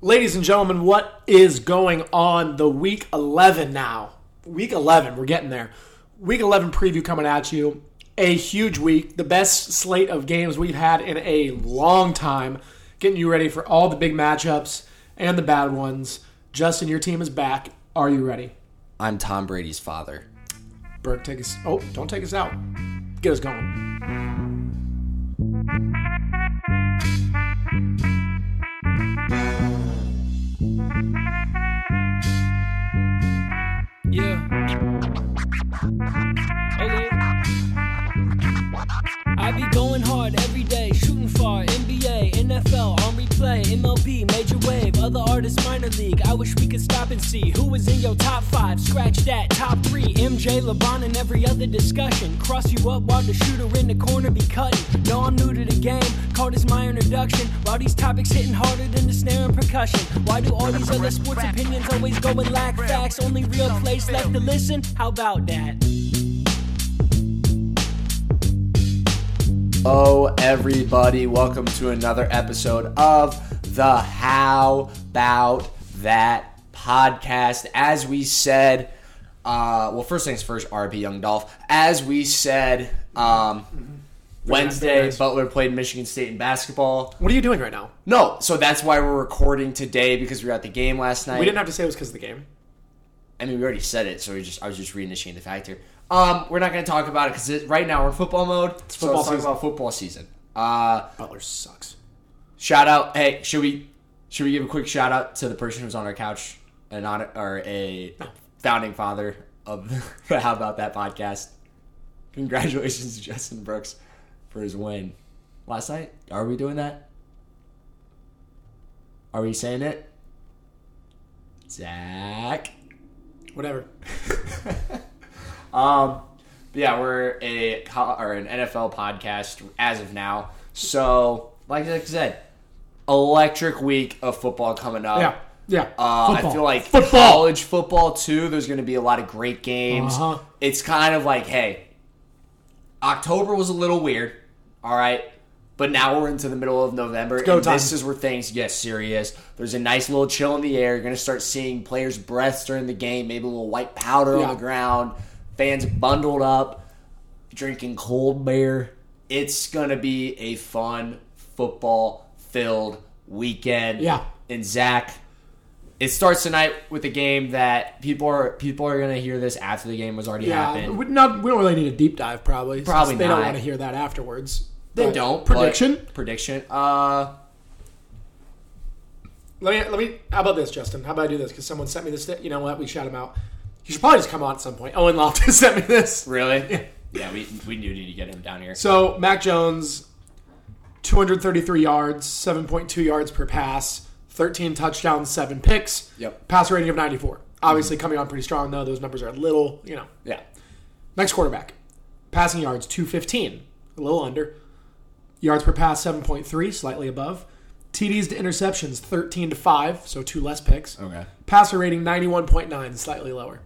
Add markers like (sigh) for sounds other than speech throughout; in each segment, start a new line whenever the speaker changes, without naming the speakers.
Ladies and gentlemen, what is going on the week 11 now? Week 11, we're getting there. Week 11 preview coming at you. A huge week, the best slate of games we've had in a long time. Getting you ready for all the big matchups and the bad ones. Justin, your team is back. Are you ready?
I'm Tom Brady's father.
Burke, take us. Oh, don't take us out. Get us going.
Yeah. Okay. I be going hard every day, shooting far. NBA, NFL, on replay, MLB, major wave, other artists, minor league. I wish we could stop and see who was in your top five. Scratch that, top three. MJ, LeBron, and every other discussion. Cross you up while the shooter in the corner be cutting. No, I'm new to the game. Call this my introduction. While these topics hitting harder than the snare and percussion. Why do all these other sports opinions always go and lack facts? Only real place left to listen. How about that?
Hello, Oh, everybody. Welcome to another episode of the How About That podcast. As we said, uh, well, first things first, RP Young Dolph. As we said, um, Wednesday, Butler played Michigan State in basketball.
What are you doing right now?
No, so that's why we're recording today because we were at the game last night.
We didn't have to say it was because of the game.
I mean, we already said it, so we just I was just reinitiating the factor. Um, we're not going to talk about it because right now we're in football mode. It's
football
so let's
season.
talk about football season. Uh,
Butler sucks.
shout out. Hey, should we should we give a quick shout out to the person who's on our couch and on or a founding father of the (laughs) How About That podcast? Congratulations to Justin Brooks for his win last night. Are we doing that? Are we saying it? Zach.
Whatever.
Um, but yeah, we're a co- or an NFL podcast as of now. So, like I said, electric week of football coming up.
Yeah. Yeah.
Oh. Uh, I
Football.
feel like
football.
college football too. There's going to be a lot of great games.
Uh-huh.
It's kind of like, hey, October was a little weird, all right, but now we're into the middle of November,
go
and
time.
this is where things get serious. There's a nice little chill in the air. You're going to start seeing players' breaths during the game, maybe a little white powder
Yeah.
on the ground. Fans bundled up, drinking cold beer. It's going to be a fun football-filled weekend.
Yeah.
And Zach, it starts tonight with a game that people are people are gonna hear this after the game was already
Yeah,
happened.
we, not, we don't really need a deep dive, probably. since
Probably
they don't
not.
want to hear that afterwards.
They
But
don't but-
prediction.
prediction. Uh,
Let me let me. How about this, Justin? How about I do this? Because someone sent me this. You know what? We shout him out. You should probably just come on at some point. Owen (laughs) Loftus sent me this.
really? Yeah. we we do need to get him down here.
So Mac Jones, 233 yards, 7.2 yards per pass, 13 touchdowns, seven picks.
Yep. Mm-hmm.
Pass rating of 94. Obviously coming on pretty strong though. Those numbers are a little, you know.
Yeah,
Next quarterback, passing yards 215, a little under. Yards per pass 7.3, slightly above. TDs to interceptions 13 to 5, so two less picks.
Okay. Mm-hmm.
Passer rating 91.9, slightly lower.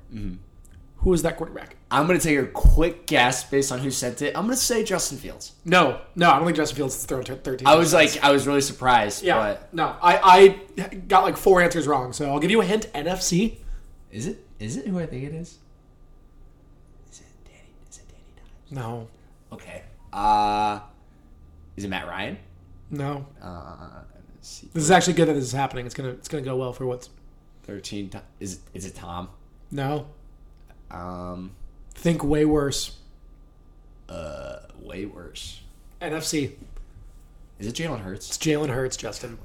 Who is that quarterback?
I'm gonna take a quick guess based on who sent it. I'm gonna say Justin Fields.
No, no, I don't think Justin Fields has thrown 13.
I was like, I was really surprised.
yeah,
but
no, I, I got like four answers wrong, so I'll give you a hint. NFC.
is it is it who I think it is? Is it Danny? Is it Danny Dimes?
No,
Okay. Uh, is it Matt Ryan?
no.
Uh, let's see.
This is actually good that this is happening. It's gonna, it's gonna go well for what's.
Thirteen. To- is it, is it Tom?
No,
Um,
think way worse.
uh, way worse.
NFC.
Is it Jalen
It's
Hurts?
Jalen Hurts, Justin.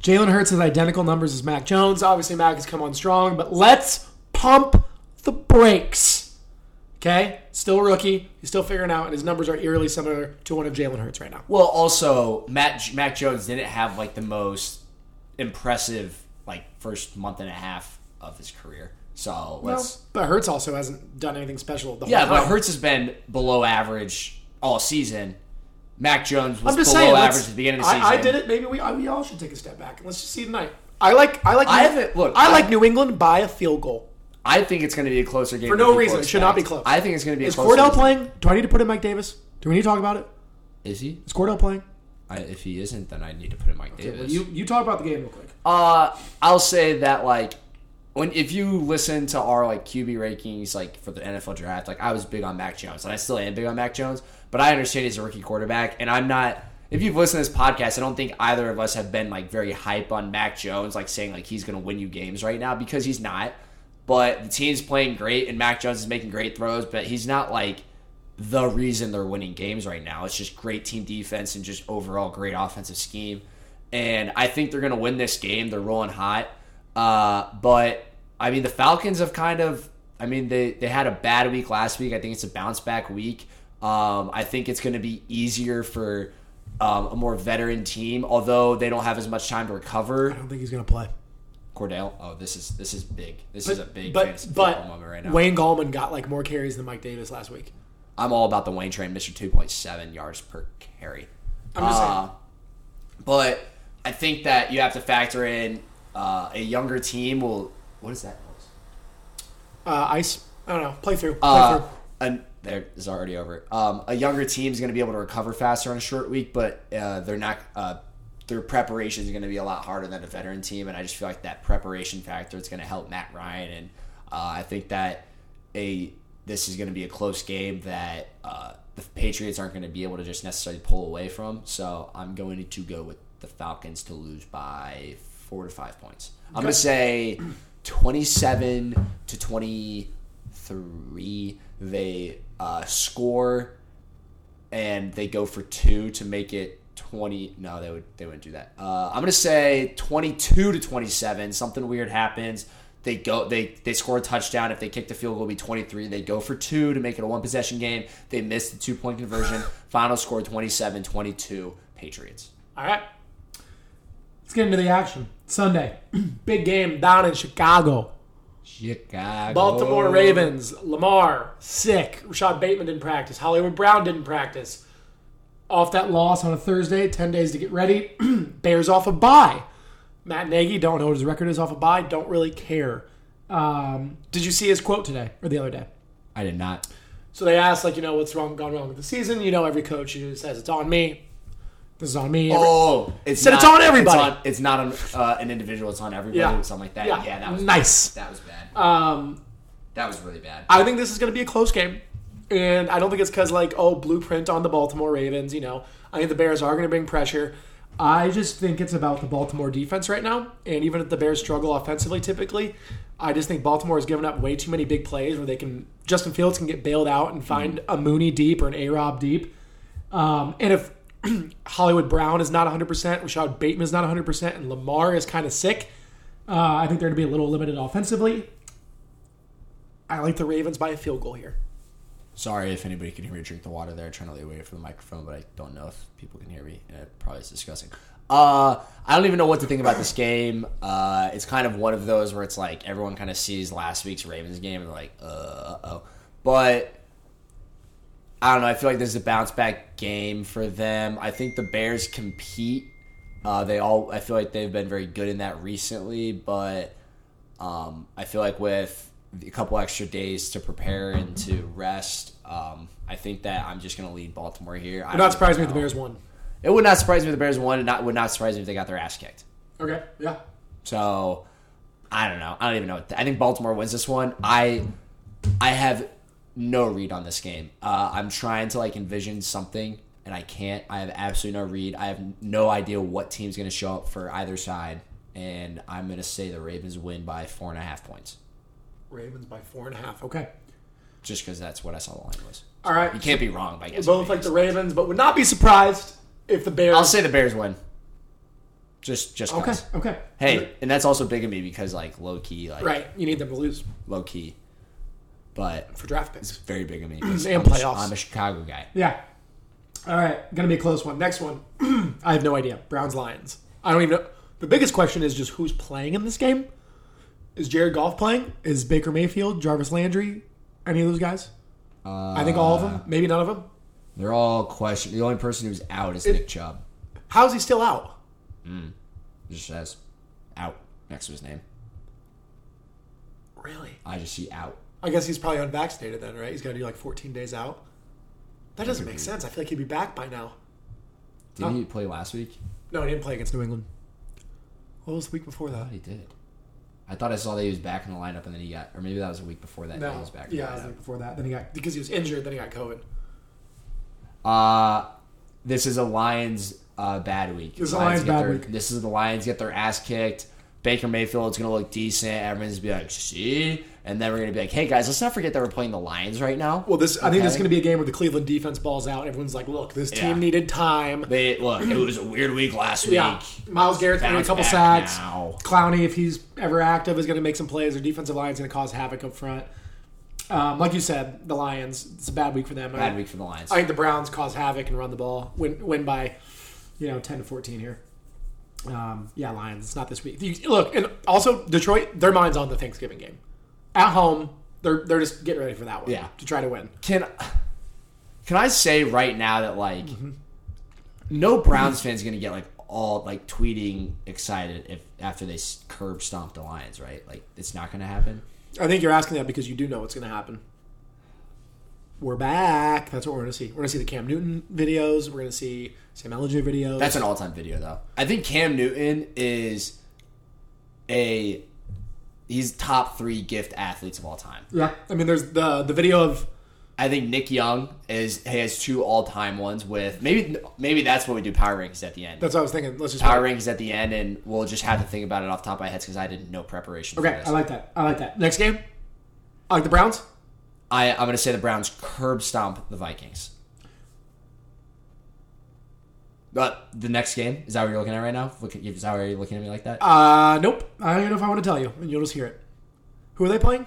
Jalen Hurts has identical numbers as Mac Jones. Obviously, Mac has come on strong, but let's pump the brakes. Okay? Still rookie. He's still figuring out, and his numbers are eerily similar to one of Jalen Hurts right now.
Well, also Matt Mac Jones didn't have like the most impressive like first month and a half of his career. So let's
But Hurts also hasn't done anything special the whole
yeah,
time.
but Hurts has been below average all season. Mac Jones was
I'm just
below
saying. let's-
average at the beginning of the
I,
season.
I did it. Maybe we I, we all should take a step back. Let's just see tonight. I like I like
I haven't- look,
I
I-
like New England by a field goal.
I think it's going to be a closer game
For
than
no
people
reason. It should not be
expect.
close.
I think it's going to be a
Is
closer
Cordell
game.
playing? Do I need to put in Mike Davis? Do we need to talk about it?
Is he?
Is Cordell playing?
I, if he isn't, then I need to put in Mike Davis.
You you talk about the game real quick.
Uh, I'll say that like when if you listen to our like QB rankings like for the NFL draft, like I was big on Mac Jones and I still am big on Mac Jones, but I understand he's a rookie quarterback and I'm not. If you've listened to this podcast, I don't think either of us have been like very hype on Mac Jones, like saying like he's going to win you games right now because he's not. But the team's playing great and Mac Jones is making great throws, but he's not like the reason they're winning games right now. It's just great team defense and just overall great offensive scheme. And I think they're going to win this game. They're rolling hot. Uh, but I mean, the Falcons have kind of. I mean, they they had a bad week last week. I think it's a bounce back week. Um, I think it's going to be easier for um, a more veteran team, although they don't have as much time to recover.
I don't think he's going to play.
Cordell, oh, this is this is big. This is a big
But
fantasy
but
football moment right now.
Wayne Gallman got like more carries than Mike Davis last week.
I'm all about the Wayne train, Mister Two Point Seven yards per carry.
I'm just
Uh, But I think that you have to factor in uh, a younger team will. What is that noise?
saying.
Ah.
Uh, ice. I don't know. Play through. Play
Uh,
through.
and there is already over. Um, a younger team is going to be able to recover faster on a short week, but uh, they're not. Uh, their preparation is going to be a lot harder than a veteran team, and I just feel like that preparation factor is going to help Matt Ryan, and uh, I think that a this is going to be a close game that uh, the Patriots aren't going to be able to just necessarily pull away from. So I'm going to go with the Falcons to lose by four to five points. I'm going to say 27 to 23. They uh, score and they go for two to make it 20 no they would they wouldn't do that uh, i'm gonna say 22 to 27 something weird happens they go they they score a touchdown if they kick the field goal it'll be 23 they go for two to make it a one possession game they miss the two point conversion (laughs) final score 27 22 patriots
All right. Let's get into the action. Sunday, (clears throat) big game down in Chicago.
Chicago.
Baltimore Ravens, Lamar, sick. Rashad Bateman didn't practice. Hollywood Brown didn't practice. Off that loss on a Thursday, 10 days to get ready. (clears throat) Bears off a bye. Matt Nagy, don't know what his record is off a bye, don't really care. Um, did you see his quote today or the other day?
i did not
So they asked, like, you know, what's wrong gone wrong with the season? You know, every coach you know, says it's on me. This is on me. Every-
oh it's
Said it's on everybody.
it's, on, it's not on uh, an individual it's on everybody
Yeah.
something like that
Yeah.
yeah, that was
Nice.
that was bad
Um,
that was really bad
I think this is going to be a close game. And I don't think it's because, like, oh, blueprint on the Baltimore Ravens, you know. I think the Bears are going to bring pressure. I just think it's about the Baltimore defense right now. And even if the Bears struggle offensively typically, I just think Baltimore has given up way too many big plays where they can, Justin Fields can get bailed out and find a Mooney deep or an A Rob deep. Um, and if (clears throat) Hollywood Brown is not 100%, Rashad Bateman is not 100%, and Lamar is kind of sick, uh, I think they're going to be a little limited offensively. I like the Ravens by a field goal here.
Sorry if anybody can hear me drink the water there. Trying to lay away from the microphone, but I don't know if people can hear me, and it probably is disgusting. Uh, I don't even know what to think about this game. Uh, it's kind of one of those where it's like everyone kind of sees last week's Ravens game and they're like, uh oh. But I don't know. I feel like this is a bounce back game for them. I think the Bears compete. Uh, they all. I feel like they've been very good in that recently, but um, I feel like with a couple extra days to prepare and to rest, um, I think that I'm just going to lead Baltimore here.
It would not surprise me if the Bears won.
It would not surprise me if the Bears won. It not, would not surprise me if they got their ass kicked.
Okay, yeah.
So I don't know. I don't even know. What I think Baltimore wins this one. I I have no read on this game. Uh, I'm trying to like envision something, and I can't. I have absolutely no read. I have no idea what team's going to show up for either side, and I'm going to say the Ravens win by four and a half points,
Ravens by four and a half. Okay.
just because that's what I saw the line was.
All right.
You can't be wrong by guessing.
Both like the Ravens, but would not be surprised if the Bears.
I'll say the Bears win. Just just
okay,
'cause.
okay.
Hey, and that's also big of me because like low key, like
Right, you need them to lose
low key, but
for draft
It's
picks.
very big of me. because
Mm, And
I'm a-
playoffs.
I'm a Chicago guy.
Yeah. All right, gonna be a close one. Next one, (clears throat) I have no idea. Browns Lions. I don't even know. The biggest question is just who's playing in this game. Is Jared Goff playing? Is Baker Mayfield, Jarvis Landry, any of those guys? I think all of
Uh,
them. Maybe none of them.
They're all question. The only person who's out is Nick Chubb.
How's he still out?
It just says out next to his name.
Really?
I just see out.
I guess he's probably unvaccinated then, right? He's got to do like 14 days out. That doesn't make sense. I feel like he'd be back by now. Oh.
Did not he play last week?
No, he didn't play against New England. What was the week before that?
But he did. I thought I saw that he was back in the lineup, and then he got, or maybe that was a week before that. he
No,
was back. In
yeah, it
the
was
lineup.
the week before that. Then he got because he was injured. Then he got COVID.
Uh, this is a Lions uh, bad week.
This is a Lions
get
bad
their,
week.
This is the Lions get their ass kicked. Baker Mayfield's going to look decent. Everyone's going to be like, see? And then we're going to be like, hey, guys, let's not forget that we're playing the Lions right now.
Well, this I think this is
Okay.
going to be a game where the Cleveland defense balls out. and Everyone's like, "Look, this
Yeah.
team needed time."
They, look, it was a weird week last week.
Yeah, Miles Garrett's going to a
Bounce
couple
back
sacks.
now.
Clowney, if he's ever active, is going to make some plays. Their defensive line's going to cause havoc up front. Um, like you said, the Lions. It's a bad week for them.
Bad week for the Lions.
I think the Browns cause havoc and run the ball, win win by, you know, ten to fourteen here. Um, yeah, Lions. It's not this week. You- look, and also Detroit. Their minds on the Thanksgiving game at home. They're they're just getting ready for that one.
Yeah.
to try to win.
can can I say right now that like no Browns fans gonna get like all like tweeting excited if after they s- curb stomp the Lions, right? Like it's not gonna happen.
I think you're asking that because you do know what's going to happen. We're back. That's what we're going to see. We're going to see the Cam Newton videos. We're going to see Sam Ellinger videos.
That's an all time video though. I think Cam Newton is a he's top three gift athletes of all time.
yeah. I mean, there's the the video of
I think Nick Young is has two all time ones with maybe maybe that's what we do power rankings at the end.
that's what I was thinking. Let's just
power rankings at the end, and we'll just have to think about it off the top of my heads because I didn't know preparation. for
okay.
this.
I like that. I like that. Next game, I like the Browns.
I, I'm going to say the Browns curb stomp the Vikings. But Uh, the next game is that what you're looking at right now? Look, at- is that why you're looking at me like that?
Uh, nope. I don't even know if I want to tell you, and you'll just hear it. Who are they playing?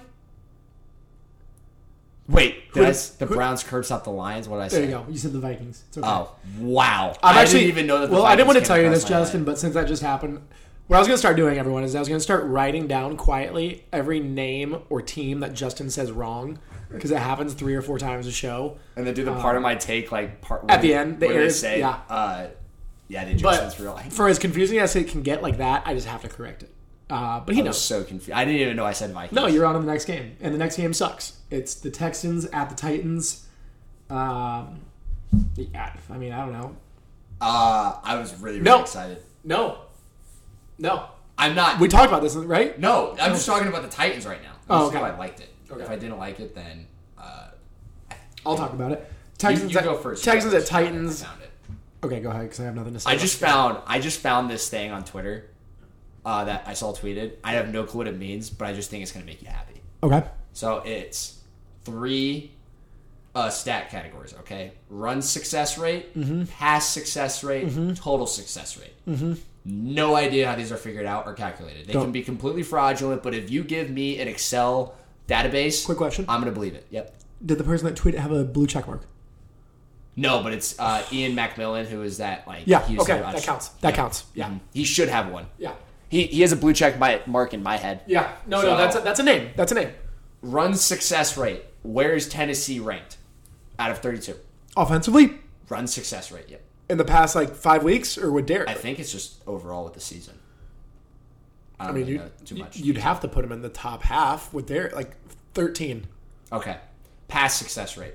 Wait,
who
did I
did-
s- the
who-
Browns curb stomp the Lions? What did I say?
There you go. You said the Vikings. It's okay.
Oh wow!
I'm
I
actually-
didn't even know that. The
well, I didn't
Vikings
want to
came
tell you
across
this,
my mind.
Justin, but since that just happened, what I was going to start doing, everyone, is I was going to start writing down quietly every name or team that Justin says wrong because it happens three or four times a show.
and then do the part of my take like part
Um, at the end, the
What did I
areas-
say?
yeah.
Uh, yeah, did
But
Justin's real life?
for as confusing as it can get like that, I just have to correct it. Uh, but he
I was
knows.
so confused. I didn't even know I said Vikings.
No, you're on to the next game, and the next game sucks. It's the Texans at the Titans. Um, yeah, I mean, I don't know.
Uh, I was really really
No.
excited.
No, no.
I'm not.
We talked about this, right?
No, I'm just talking about the Titans right now.
Oh,
This is
okay.
why I liked it. If I didn't like it, then uh,
I'll talk about it. Texans
you
at,
go first.
Texans
You
at
go first. I
Titans.
found it.
Okay, go ahead because I have nothing to say.
I
about
just
it.
found I just found this thing on Twitter uh, that I saw tweeted. I have no clue what it means, but I just think it's going to make you happy.
okay.
So it's three uh, stat categories. Okay, run success rate,
Mm-hmm.
pass success rate, total success rate. No idea how these are figured out or calculated. They can be completely fraudulent, but if you give me an Excel database,
Quick question.
I'm gonna believe it. Yep.
Did the person that tweeted have a blue check mark?
No, but it's uh, Ian Macmillan who is that like?
Yeah.
he was
Okay,
the-
that counts. That counts. Yeah.
He should have one.
Yeah.
He he has a blue check my, mark in my head.
Yeah. No, no,
So-
that's a, that's a name. That's a name.
Run success rate. Where is Tennessee ranked out of 32?
Offensively,
Run success rate. Yep.
in the past like five weeks, or with Derek,
I think it's just overall with the season. I
I
don't
mean,
really
you
know uh, too much.
you'd have to put him in the top half with Derek, like thirteen.
okay. Pass success rate.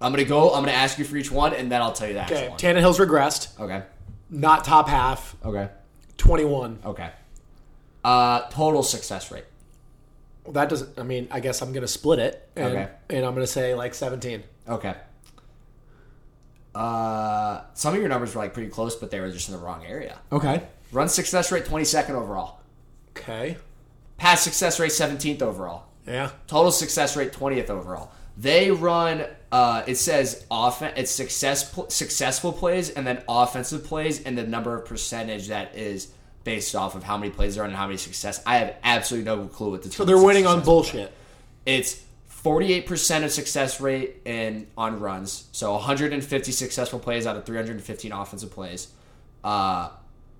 I'm gonna go. I'm gonna ask you for each one, and then I'll tell you the actual
Okay.
one.
Tannehill's regressed.
okay.
Not top half.
Okay.
Twenty-one.
Okay. Uh, total success rate.
Well, that doesn't. I mean, I guess I'm gonna split it, and,
Okay.
and I'm gonna say like seventeen.
Okay. Uh, some of your numbers were like pretty close, but they were just in the wrong area.
Okay.
Run success rate 22nd overall.
Okay.
Pass success rate 17th overall.
Yeah.
Total success rate 20th overall. They run. Uh, it says offense. It's success pl- successful plays and then offensive plays and the number of percentage that is based off of how many plays they run and how many success. I have absolutely no clue what the.
So they're winning on bullshit.
It's 48% of success rate in on runs. So 150 successful plays out of 315 offensive plays. Uh,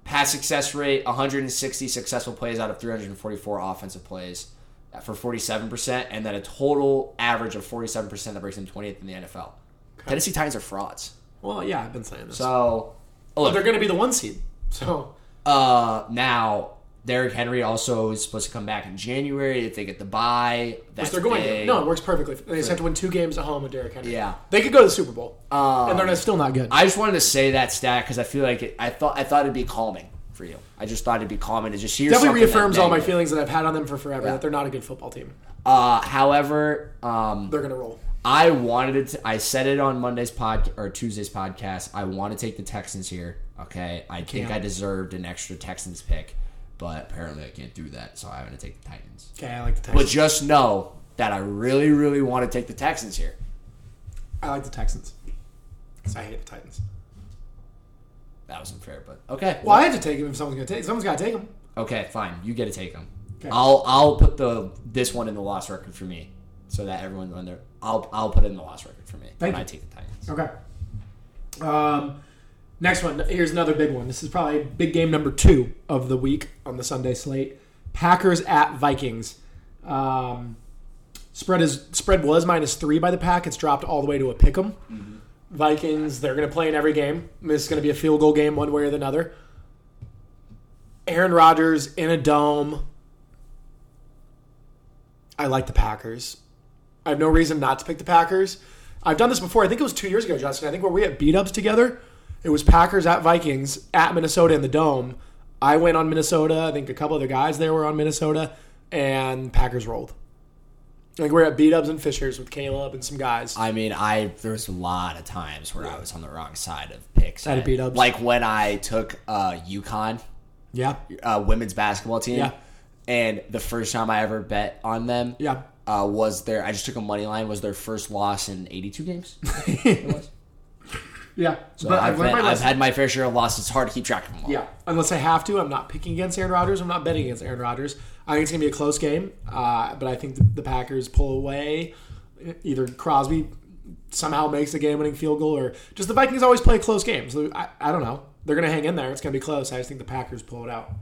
pass success rate 160 successful plays out of 344 offensive plays uh, for 47% and then a total average of 47% that breaks them 20th in the NFL. Tennessee Titans are frauds.
Well, yeah, I've been saying this.
So oh,
they're
look,
going to be the one seed. So
uh, now Derrick Henry also is supposed to come back in January if they get the bye. That's
they're going to.
big.
No, it works perfectly. They just have to win two games at home with Derrick Henry.
Yeah.
They could go to the Super Bowl. and they're not- Uh, still not good.
I just wanted to say that stat because I feel like it, I thought I thought it'd be calming. for you. I just thought it'd be common to just hear.
Definitely
something that
reaffirms all my
negative.
feelings that I've had on them for forever that they're not a good football team.
Uh, however, um,
They're gonna roll.
I wanted it. To, I said it on Monday's pod or Tuesday's podcast. I want to take the Texans here. Okay, I think I deserved an extra Texans pick, but apparently I can't do that, so I'm going to take the Titans.
Okay, I like the
But
Texans.
just know that I really, really want to take the Texans here.
I like the Texans. 'Cause I hate the Titans.
That was unfair, but okay.
Well, I had to take him if someone's gonna take. Someone's gotta take him.
Okay, fine. You get to take them.
Okay.
I'll I'll put the this one in the loss record for me, so that everyone's on there. I'll I'll put it in the loss record for me
Thank
when I
you.
take the Titans.
Okay. Um, next one. Here's another big one. This is probably big game number two of the week on the Sunday slate. Packers at Vikings. Um, spread is spread was minus three by the Pack. It's dropped all the way to a pick 'em. Vikings. They're going to play in every game. This is going to be a field goal game one way or the other. Aaron Rodgers in a dome. I like the Packers. I have no reason not to pick the Packers. I've done this before. I think it was two years ago, Justin. I think where we had beat ups together, it was Packers at Vikings at Minnesota in the dome. I went on Minnesota. I think a couple other guys there were on Minnesota, and Packers rolled. Like we're at beat ups and Fishers with Caleb and some guys.
I mean, I there's a lot of times where I was on the wrong side of picks.
Side of beat-ups.
Like when I took uh UConn
yeah,
uh, women's basketball team,
Yeah.
and the first time I ever bet on them,
yeah.
uh, was their I just took a money line was their first loss in
(laughs)
82 games. it was.
Yeah,
So
but
I've,
I've learned
been-
my
I've
lesson.
had my fair share of losses. It's hard to keep track of them all.
yeah, unless I have to, I'm not picking against Aaron Rodgers. I'm not betting against Aaron Rodgers. I think it's gonna be a close game, uh, but I think the, the Packers pull away. Either Crosby somehow makes the game-winning field goal, or just the Vikings always play close games. I, I don't know. They're gonna hang in there. It's gonna be close. I just think the Packers pull it out.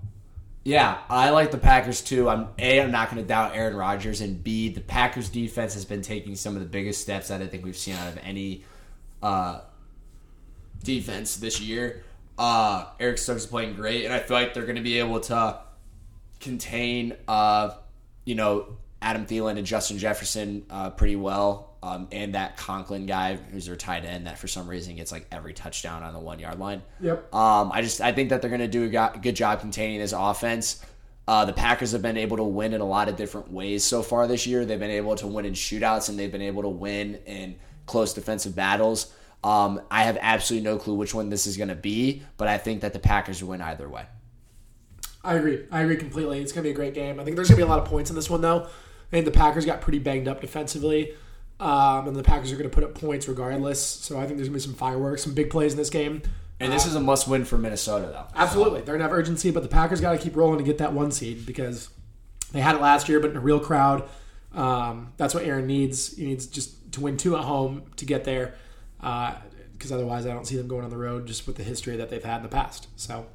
Yeah, I like the Packers too. I'm a. I'm not going to doubt Aaron Rodgers, and B. The Packers defense has been taking some of the biggest steps that I think we've seen out of any uh, defense this year. Uh, Eric Stokes is playing great, and I feel like they're going to be able to contain, uh, you know, Adam Thielen and Justin Jefferson uh, pretty well, um, and that Conklin guy who's their tight end that for some reason gets like every touchdown on the one yard line.
Yep.
Um, I just I think that they're going to do a go- good job containing this offense. Uh, the Packers have been able to win in a lot of different ways so far this year. They've been able to win in shootouts and they've been able to win in close defensive battles. Um, I have absolutely no clue which one this is going to be, but I think that the Packers win either way.
I agree. I agree completely. It's going to be a great game. I think there's going to be a lot of points in this one, though. I think the Packers got pretty banged up defensively, um, and the Packers are going to put up points regardless. So I think there's going to be some fireworks, some big plays in this game.
And this is a must win for Minnesota, though.
Absolutely. They're going to have urgency, but the Packers got to keep rolling to get that one seed because they had it last year, but in a real crowd. Um, that's what Aaron needs. He needs just to win two at home to get there because otherwise I don't see them going on the road just with the history that they've had in the past. So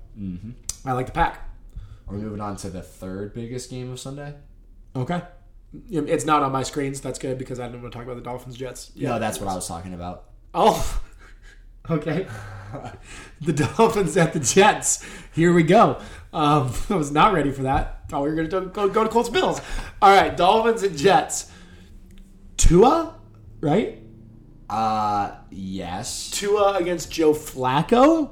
I like the Pack.
We're moving on to the third biggest game of Sunday.
Okay. It's not on my screen, so that's good because I didn't want to talk about the Dolphins Jets.
No, that's what I was talking about.
Oh, okay. the Dolphins at the Jets. Here we go. Um, (laughs) I was not ready for that. Thought we were going to go, go to Colts Bills. All right, Dolphins and Jets. Tua, right?
Uh, yes.
Tua against Joe Flacco.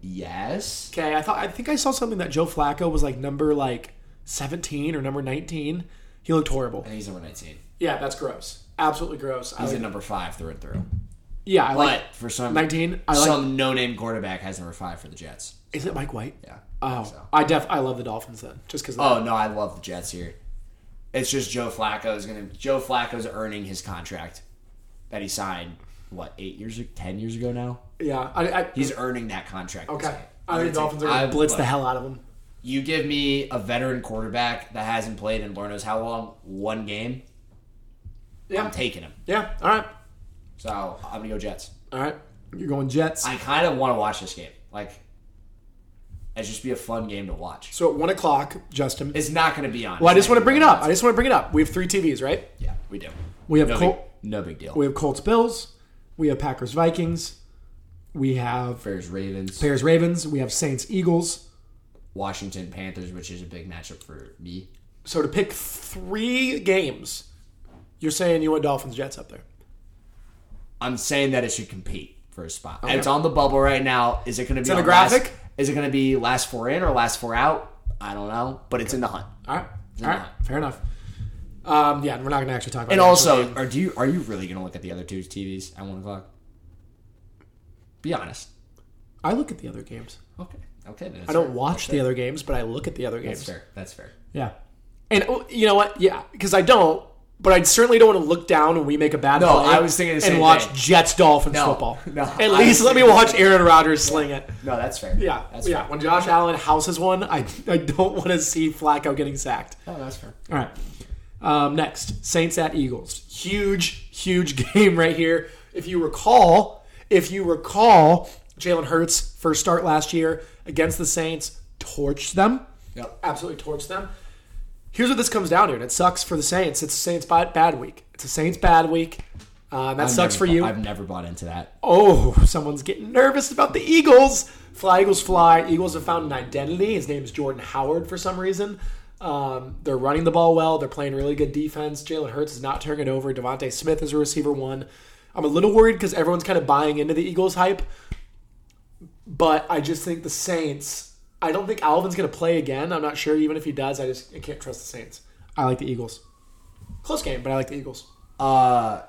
Yes.
Okay, I thought I think I saw something that Joe Flacco was like number like seventeen or number nineteen. He looked horrible.
And he's number 19.
Yeah, that's gross. Absolutely gross. I
He's at
like,
number five through and through.
yeah, I like
But for some
19. I like.
some no-name quarterback has number five for the Jets.
is it Mike White?
Yeah.
Oh,
So.
I def. I love the Dolphins then, just because.
Oh no, I love the Jets here. It's just Joe Flacco is gonna. Joe Flacco's earning his contract that he signed what eight years, ag- ten years ago now.
yeah. I, I,
He's earning that contract. this
okay.
game.
I think the Dolphins are
I-
gonna blitz
look,
the hell out of him.
You give me a veteran quarterback that hasn't played in Lord knows how long, one game.
Yeah.
I'm taking him.
Yeah. All right.
So I'm gonna go Jets.
All right. You're going Jets.
I kind of want to watch this game. Like, it's just be a fun game to watch.
so at one o'clock, Justin.
It's not gonna be on.
Well, I just want to bring it up. I just want to bring it up. We have three TVs, right?
Yeah, we do.
We have
No,
Col-
big, no big deal.
we have Colts Bills. We have Packers Vikings. We have
Bears, Ravens,
Bears Ravens. We have Saints Eagles.
Washington, Panthers, which is a big matchup for me.
So to pick three games, you're saying you want Dolphins Jets up there.
I'm saying that it should compete for a spot. It's on the bubble right now. Is it going to be
on
on
a
last-
graphic?
Is it going to be last four in or last four out? I don't know, but it's in the hunt.
All right. All right. Fair enough. Um, yeah, we're not going to actually talk about
And
that.
also, are do you are you really going to look at the other two TVs at one o'clock? Be honest.
I look at the other games.
Okay. Okay. Then
I don't watch the other games, but I look at the other
That's
games.
fair. That's fair.
Yeah. And oh, you know what? Yeah, because I don't. But I certainly don't want to look down when we make a bad
No,
play.
I was thinking the same
and watch
thing.
Jets Dolphins football.
no, I
At
was
least let me
thinking the
watch Aaron Rodgers sling it.
No, that's fair.
Yeah,
That's
yeah.
fair.
When Josh Allen houses one, I I don't want to see Flacco getting sacked.
No, that's fair.
All right. Um, next, Saints at Eagles. Huge, huge (laughs) game right here. If you recall, if you recall, Jalen Hurts first start last year against the Saints torched them.
Yep.
Absolutely torched them. Here's what this comes down to, and it sucks for the Saints. It's a Saints bad, bad week. It's a Saints bad week. Uh, that
I've
sucks
never
for
bought-
you.
I've never bought into that.
Oh, someone's getting nervous about the Eagles. Fly, Eagles, fly. Eagles have found an identity. His name's Jordan Howard for some reason. Um, they're running the ball well. They're playing really good defense. Jalen Hurts is not turning it over. Devontae Smith is a receiver one. I'm a little worried because everyone's kind of buying into the Eagles hype. But I just think the Saints, I don't think Alvin's going to play again. I'm not sure. Even if he does, I just I can't trust the Saints. I like the Eagles. Close game, but I like the Eagles.
Uh,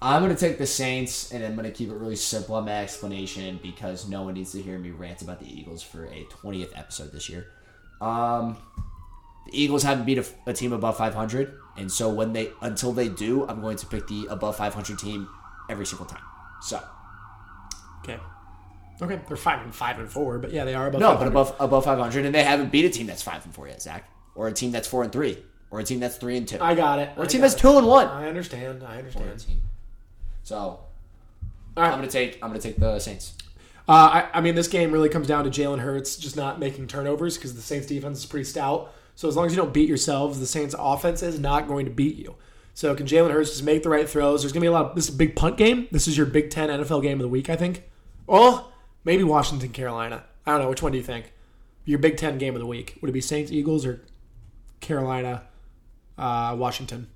I'm gonna take the Saints, and I'm gonna keep it really simple on my explanation because no one needs to hear me rant about the Eagles for a 20th episode this year. Um, the Eagles haven't beat a, a team above 500, and so when they until they do, I'm going to pick the above 500 team every single time. So
Okay. Okay, they're five and five and four, but yeah, they are above.
no, but
500.
above above 500, and they haven't beat a team that's five and four yet, Zach, or a team that's four and three, or a team that's three and two,
I got it.
or
I
a team
got
that's
it.
two and one.
I understand. I understand.
So
All right.
I'm gonna take I'm gonna take the Saints.
Uh, I, I mean, this game really comes down to Jalen Hurts just not making turnovers because the Saints defense is pretty stout. So as long as you don't beat yourselves, the Saints offense is not going to beat you. So can Jalen Hurts just make the right throws? There's going to be a lot. Of, this is a big punt game. This is your Big Ten NFL game of the week, I think. Oh, maybe Washington, Carolina. I don't know. Which one do you think? Your Big Ten game of the week would it be Saints, Eagles, or Carolina, uh, Washington?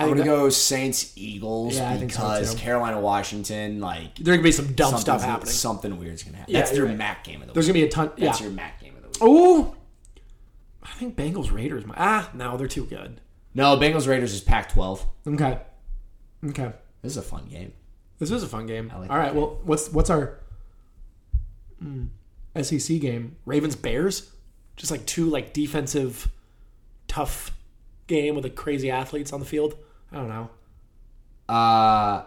I
I'm
think
gonna
that-
go Saints Eagles
Yeah, I think so,
because
too.
Carolina Washington like
there could be some dumb stuff
something's-
happening.
Something weird's gonna happen.
Yeah,
That's
you're
your
right.
Mac game of the
There's
week.
gonna be a ton. Yeah.
That's your Mac game of the week.
Oh, I think Bengals Raiders. might- Ah, no, they're too good.
No, Bengals Raiders is Pac-12.
Okay, okay.
This is a fun game.
This is a fun game.
like
All right. Well, what's what's our mm, SEC game? Ravens Bears. Just like two like defensive, tough game with like crazy athletes on the field. I don't know.
Uh,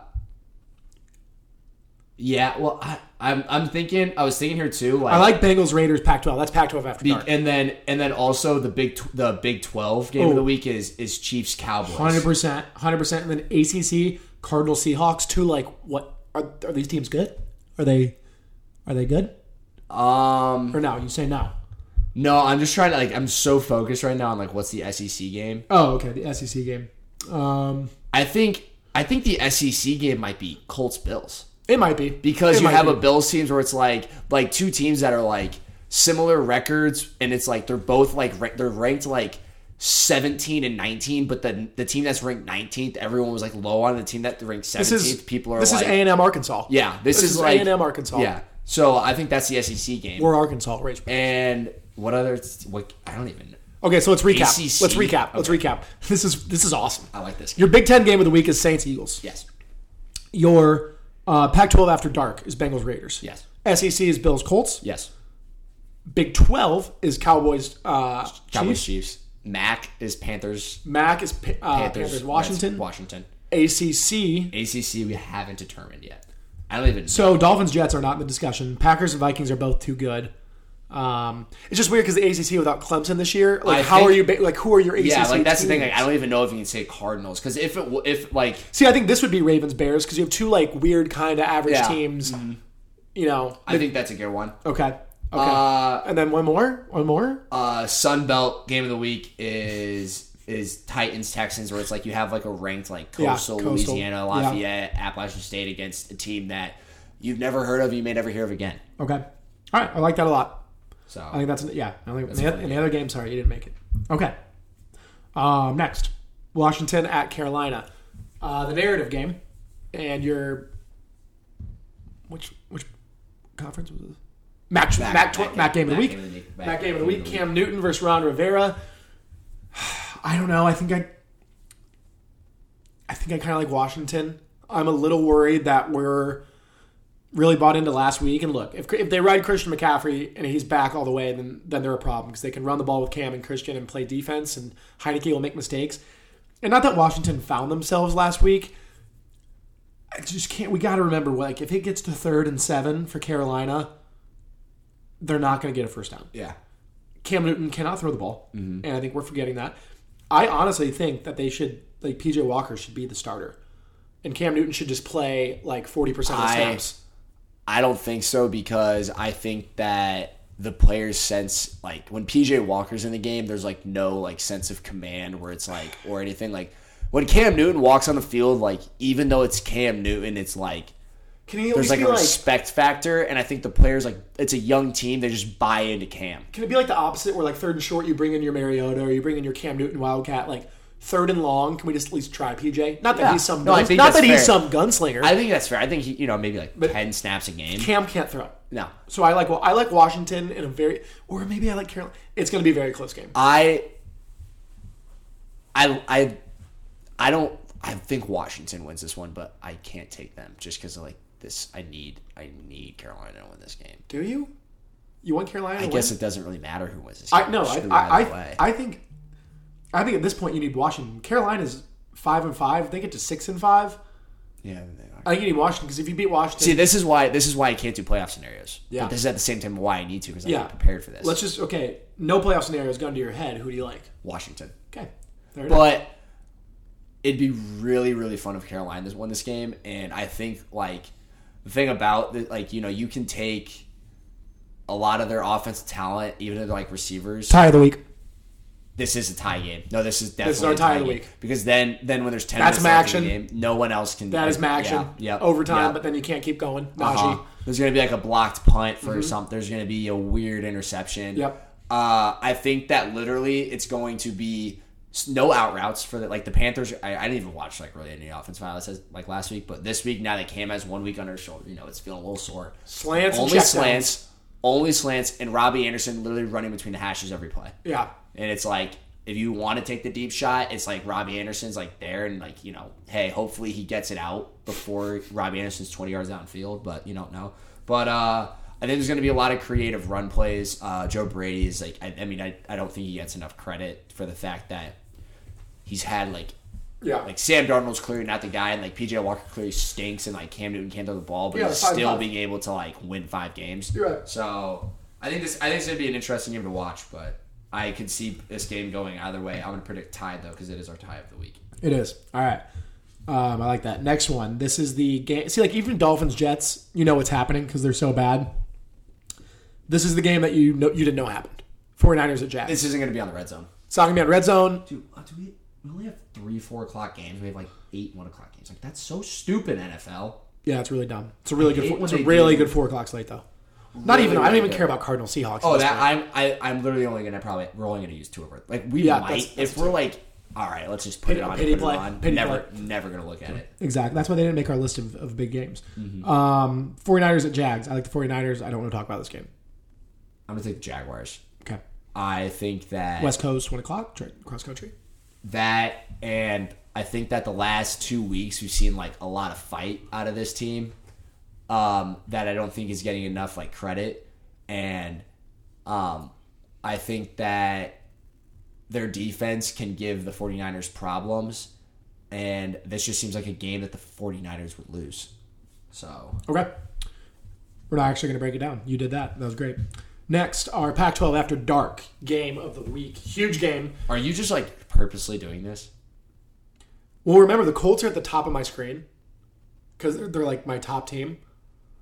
yeah. Well, I, I'm I'm thinking. I was thinking here too. Like,
I like Bengals Raiders Pac-12. That's Pac-12 after
the,
dark.
and then and then also the big tw- the Big Twelve game of
Oh.
the week is is Chiefs Cowboys.
Hundred percent, hundred percent. And then ACC Cardinal Seahawks. Two like what are, are these teams good? Are they are they good
Um.
or no? You say no.
No, I'm just trying to like I'm so focused right now on like what's the SEC game.
Oh, okay, the SEC game. Um,
I think I think the SEC game might be Colts Bills
it might be
because
It
you
might
have
be.
a Bills teams where it's like like two teams that are like similar records and it's like they're both like ra- they're ranked like 17 and 19 but the the team that's ranked 19th everyone was like low on the team that ranked 17th
This is
people are
this
like
is A and M Arkansas.
yeah this,
this
is,
is
like
A&M Arkansas.
yeah so I think that's the SEC game
or Arkansas. Rage.
and what other what I don't even
Okay, so let's recap.
ACC.
Let's recap. Let's recap. (laughs) This is this is awesome.
I like this game.
Your Big Ten game of the week is Saints Eagles.
yes
Your uh, Pac-12 after dark is Bengals Raiders.
yes
SEC is Bills Colts.
yes
Big 12 is Cowboys uh,
Cowboys
Chiefs.
Chiefs. Mac is Panthers.
Mac is Pa- uh, Panthers,
Panthers
Washington.
Reds, Washington.
ACC.
ACC we haven't determined yet. I don't even.
So Dolphins Jets are not in the discussion. Packers and Vikings are both too good. Um, it's just weird because the ACC without Clemson this year, like
I
how
think-
are you? Ba- like who are your ACC?
yeah, like that's the thing. Like
teams?
I don't even know if you can say Cardinals because if it w- if like
See, I think this would be Ravens Bears because you have two like weird kind of average
Yeah. Mm-hmm.
teams. You know.
I think that's a good one.
Okay. Okay.
Uh,
and then one more. One more.
uh, Sun Belt game of the week is is Titans Texans where it's like you have like a ranked like coastal,
Coastal.
Louisiana
Yeah.
Lafayette Appalachian State against a team that you've never heard of you may never hear of again.
Okay. All right. I like that a lot.
So
I think that's an, yeah. I think in
a
the,
fun
in the other game, sorry, you didn't make it. Okay. Um, next, Washington at Carolina, uh, the narrative game, and your which which conference was this? Mac, Mac,
Mac-
Mac,
Mac-
game of the
Mac
week.
game of the week.
Mac, game of the week. Cam Newton versus Ron Rivera. (sighs) I don't know. I think I, I think I kind of like Washington. I'm a little worried that we're really bought into last week. And look, if, if they ride Christian McCaffrey and he's back all the way, then then they're a problem because they can run the ball with Cam and Christian and play defense, and Heineke will make mistakes. And not that Washington found themselves last week. I just can't. We got to remember, like, if it gets to third and seven for Carolina, they're not going to get a first down.
Yeah.
Cam Newton cannot throw the ball,
Mm-hmm.
and I think we're forgetting that. I honestly think that they should, like, PJ Walker should be the starter, and Cam Newton should just play like forty percent of the
I-
snaps.
I don't think so because I think that the players sense like when PJ Walker's in the game, there's like no like sense of command where it's like or anything like when Cam Newton walks on the field, like even though it's Cam Newton, it's like
Can he at least
there's like
be
a
like?
respect factor, and I think the players like it's a young team, they just buy into Cam.
Can it be like the opposite, where like third and short, you bring in your Mariota or you bring in your Cam Newton Wildcat? Like third and long, can we just at least try PJ? Not that
Yeah.
he's some,
No, I
guns-
think
not
that's
that he's
fair.
some gunslinger.
I think that's fair. I think he, you know maybe like
But-
ten snaps a game.
Cam can't throw.
No,
So I like well, I like Washington in a very, or maybe I like Carolina. It's going to be a very close game.
I, I, I, I don't. I think Washington wins this one, but I can't take them just because like this. I need. I need Carolina to win this game.
Do you? You want Carolina?
I
to
guess
win?
it doesn't really matter who wins this. Game.
I no. I
Screw
I,
either
I,
way.
I think, I think at this point you need Washington. Carolina's five and five. They get to six and five.
yeah. they are.
I think you need Washington because if you beat Washington,
See, this is why. This is why I can't do playoff scenarios.
Yeah.
But this is at the same time why I need to because I'm
yeah,
not prepared for this.
Let's just okay. No playoff scenarios gun to your head. Who do you like?
Washington.
Okay, there it is.
But it'd be really, really fun if Carolina won this game. And I think like the thing about the, like you know you can take a lot of their offensive talent, even if they're like receivers.
Tie of the week.
This is a tie game. No, this is definitely
Mm-hmm. is our
a
tie of the
game.
week.
because then then when there's ten
That's
minutes left
my
in the
action.
game, no one else can.
That is my action.
Yeah, yeah,
Overtime,
yeah.
but then you can't keep going. Najee.
Uh-huh. There's going to be like a blocked punt for something. There's going to be a weird interception.
Mm-hmm. Yep.
Uh, I think that literally it's going to be s- no out routes for the, like the Panthers. I, I didn't even watch like really any offense violence as, like last week, but this week now that Cam has one week on her shoulder, you know it's feeling a little sore.
Slants and
only
checkdowns.
slants, only slants, and Robbie Anderson literally running between the hashes every play.
Yeah.
And it's like if you want to take the deep shot, it's like Robbie Anderson's like there and like, you know, hey, hopefully he gets it out before Robbie Anderson's 20 yards downfield, but you don't know. But uh I think there's going to be a lot of creative run plays. Uh, Joe Brady is like, I, I mean, I, I don't think he gets enough credit for the fact that he's had like,
Yeah.
like Sam Darnold's clearly not the guy, and like PJ Walker clearly stinks, and like Cam Newton can't throw the ball, but
Yeah,
he's
five-
still
five.
being able to like win five games.
You're right.
So I think this I think it's gonna be an interesting game to watch, but I could see this game going either way. I'm gonna predict tie though because it is our tie of the week.
It is. All right. Um, I like that. Next one. This is the game. See, like even Dolphins Jets, you know what's happening because they're so bad. This is the game that you know you didn't know happened. 49ers at Jets. It's,
This isn't gonna be on the red zone.
not gonna be on red zone.
Dude, uh, do we, we only have three four o'clock games. We have like eight one o'clock games. Like that's so stupid, NFL.
Yeah, it's really dumb. It's a really good.
hate
Four,
when
it's a
they
really
do-
good four o'clock slate though. Not
Really,
even. I don't
really
even
good.
care about Cardinal Seahawks.
Oh,
at this
that
point.
I'm I, I'm literally only gonna probably we're only gonna use two of our like we
Yeah,
might
that's- that's
if we're like all right let's just put
Pity-
it on
pity
put
play,
it on
pity
never
play.
never gonna look at it.
exactly. That's why they didn't make our list of, of big games.
Mm-hmm.
Um, 49ers at Jags. I like the 49ers. I don't want to talk about this game.
I'm gonna take the Jaguars.
Okay.
I think that
West Coast, one o'clock, tra- cross country.
that and I think that the last two weeks we've seen like a lot of fight out of this team um, that I don't think is getting enough like credit, and um, I think that their defense can give the 49ers problems, and this just seems like a game that the 49ers would lose. So
Okay. We're not actually going to break it down. You did that. That was great. Next, our Pac 12 after dark game of the week. Huge game.
are you just like purposely doing this?
Well, remember, the Colts are at the top of my screen because they're, they're like my top team.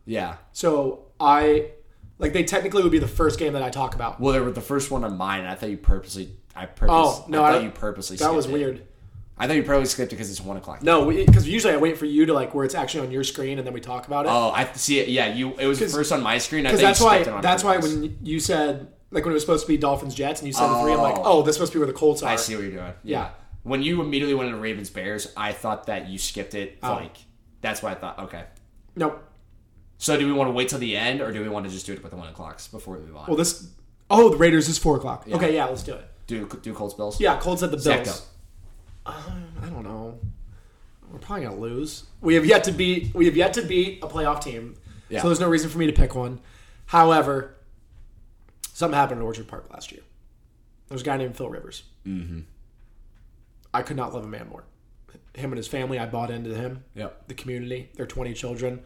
Yeah.
So I, like, they technically would be the first game that I talk about.
Well, they were the first one on mine. and I thought you purposely. I purpose.
Oh, no,
I
I
thought
don't-
you purposely.
That was
skipped it.
weird.
I thought you probably skipped it because it's one o'clock.
No, because usually I wait for you to, like, where it's actually on your screen and then we talk about it.
Oh, I see it. Yeah, you. It was
'Cause-
first on my screen. I
Because
think
that's
you
why,
skipped it on
that's why
purpose.
when you said, like, when it was supposed to be Dolphins Jets and you said the three, I'm like,
Oh.
oh, this must be where the Colts are.
I see what you're doing. Yeah.
Yeah.
When you immediately went into
Oh.
Ravens Bears, I thought that you skipped it. Like that's why I thought. Okay.
Nope.
So do we want to wait till the end, or do we want to just do it with the one o'clocks before we move on?
Well, this. Oh, the Raiders is four o'clock. Okay, yeah, let's do it.
do do Colts Bills?
Yeah, Colts at the Bills. Um,
Zach, go.
I don't know. We're probably gonna lose. We have yet to beat. We have yet to beat a playoff team.
Yeah.
So there's no reason for me to pick one. However, something happened at Orchard Park last year. There's a guy named Phil Rivers. Mm-hmm. I could not love a man more. Him and his family. I bought into him.
Yep.
The community. Their 20 children.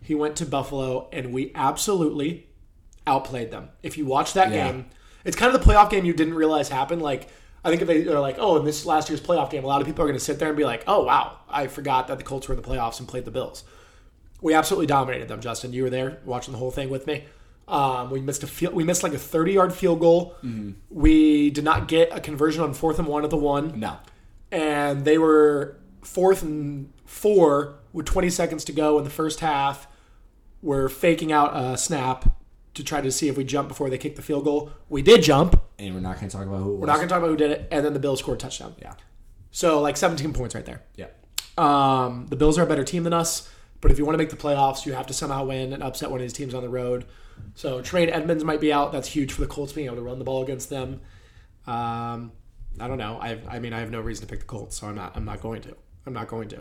He went to Buffalo, and we absolutely outplayed them. If you watch that
Yeah.
game, it's kind of the playoff game you didn't realize happened. Like I think if they are like, oh, in this last year's playoff game, a lot of people are going to sit there and be like, oh wow, I forgot that the Colts were in the playoffs and played the Bills. We absolutely dominated them, Justin. You were there watching the whole thing with me. Um, we missed a field, we missed like a thirty yard field goal.
Mm-hmm.
We did not get a conversion on fourth and one at the one
No.
and they were fourth and four with 20 seconds to go in the first half. We're faking out a snap to try to see if we jump before they kick the field goal. We did jump.
And we're not going to talk about who it was.
We're not going to talk about who did it, and then the Bills scored a touchdown.
Yeah.
So like 17 points right there.
Yeah.
Um, the Bills are a better team than us, but if you want to make the playoffs, you have to somehow win and upset one of these teams on the road. So Tremaine Edmonds might be out. That's huge for the Colts being able to run the ball against them. Um, I don't know. I I mean I have no reason to pick the Colts, so I'm not I'm not going to. I'm not going to.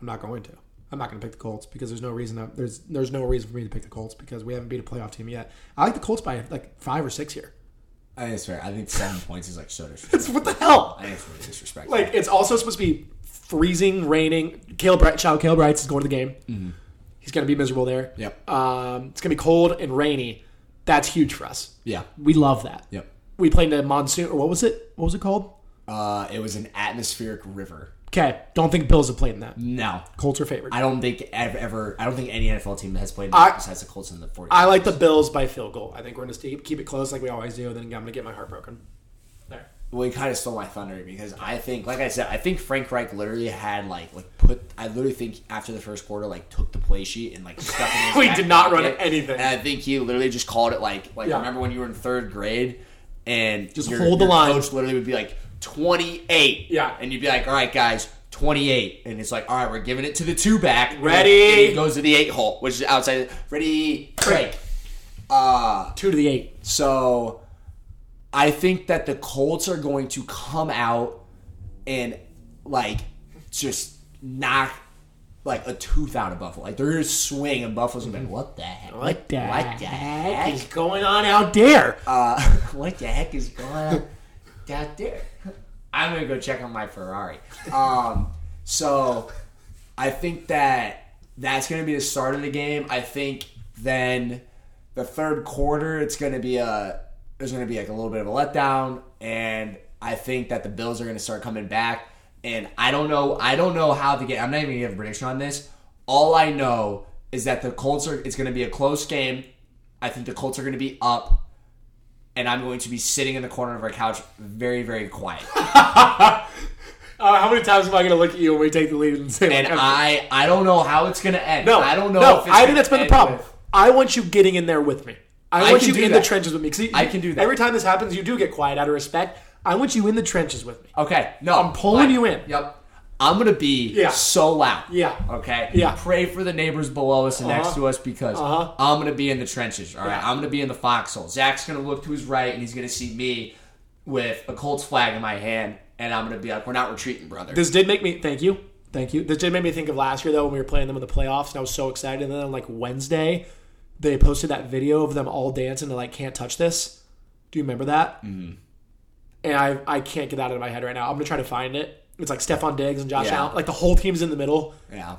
I'm not going to. I'm not going to pick the Colts because there's no reason that there's there's no reason for me to pick the Colts because we haven't beat a playoff team yet. I like the Colts by like five or six here. (laughs)
I think it's fair. I think seven points is like so disrespectful.
It's what the hell?
I think it's really disrespectful.
Like it's also supposed to be freezing, raining. Caleb Bright, child Caleb Brights is going to the game.
Mm-hmm.
He's going to be miserable there.
Yep.
Um, it's going to be cold and rainy. That's huge for us.
yeah.
We love that.
Yep.
We played in a monsoon. Or what was it? What was it called?
Uh, it was an atmospheric river.
Okay. Don't think Bills have played in that.
No.
Colts are favored. I,
Mm. I don't think ever, ever I don't think any NFL team has played
I-
besides the Colts and the 40s.
like the Bills by field goal. I think we're going to keep keep it close like we always do. Then I'm going to get my heart broken. There.
well, he kind of stole my thunder because I think, like I said, I think Frank Reich literally had like like put. I literally think after the first quarter, like took the play sheet and like stuck it. in
(laughs)
his
We
back
did not run
pocket.
anything.
And I think he literally just called it like like
Yeah.
remember when you were in third grade and
Just hold the line.
Coach literally would be like twenty eight.
Yeah.
and you'd be like, all right, guys. 28 and it's like all right we're giving it to the two back
Ready.
And he goes to the eight hole which is outside ready break uh
Two to the eight.
so I think that the Colts are going to come out and like just knock like a tooth out of Buffalo. Like they're gonna swing and Buffalo's gonna be like, what the heck?
What the
What the
heck is
heck?
going on out there?
Uh, (laughs) what the heck is going on out there? I'm gonna go check on my Ferrari. Um, so I think that that's gonna be the start of the game. I think then the third quarter, it's gonna be a there's gonna be like a little bit of a letdown, and I think that the Bills are gonna start coming back. And I don't know, I don't know how the game. I'm not even gonna give a prediction on this. All I know is that the Colts are. It's gonna be a close game. I think the Colts are gonna be up and I'm going to be sitting in the corner of our couch, very,
(laughs)
very quiet.
Uh, how many times am I going to look at you when we take the lead and say,
And
like, I'm-
I, I don't know how it's going to end.
No,
I don't know.
No,
if it's
I
gonna
think that's been the
end
problem.
with-
I want you getting in there with me. I
I
want
can
you
do
in
that.
the trenches with me. 'Cause you-
I can do that.
Every time this happens, you do get quiet out of respect. I want you in the trenches with me.
okay, no,
I'm pulling
fine.
you in.
Yep, I'm going to be
Yeah.
so loud.
Yeah.
Okay.
Yeah. Uh-huh.
Pray for the neighbors below us and next to us because I'm going to be in the trenches. All right. I'm going to be in the foxhole. Zach's going to look to his right and he's going to see me with a Colts flag in my hand, and I'm going to be like, "We're not retreating, brother."
This did make me. Thank you. Thank you. This did make me think of last year, though, when we were playing them in the playoffs, and I was so excited. And then on like Wednesday, they posted that video of them all dancing to like "Can't Touch This." Do you remember that? Mm-hmm. And I I can't get that out of my head right now. I'm gonna try to find it. It's like Stefan Diggs and Josh
Yeah.
Allen. Like the whole team's in the middle.
yeah.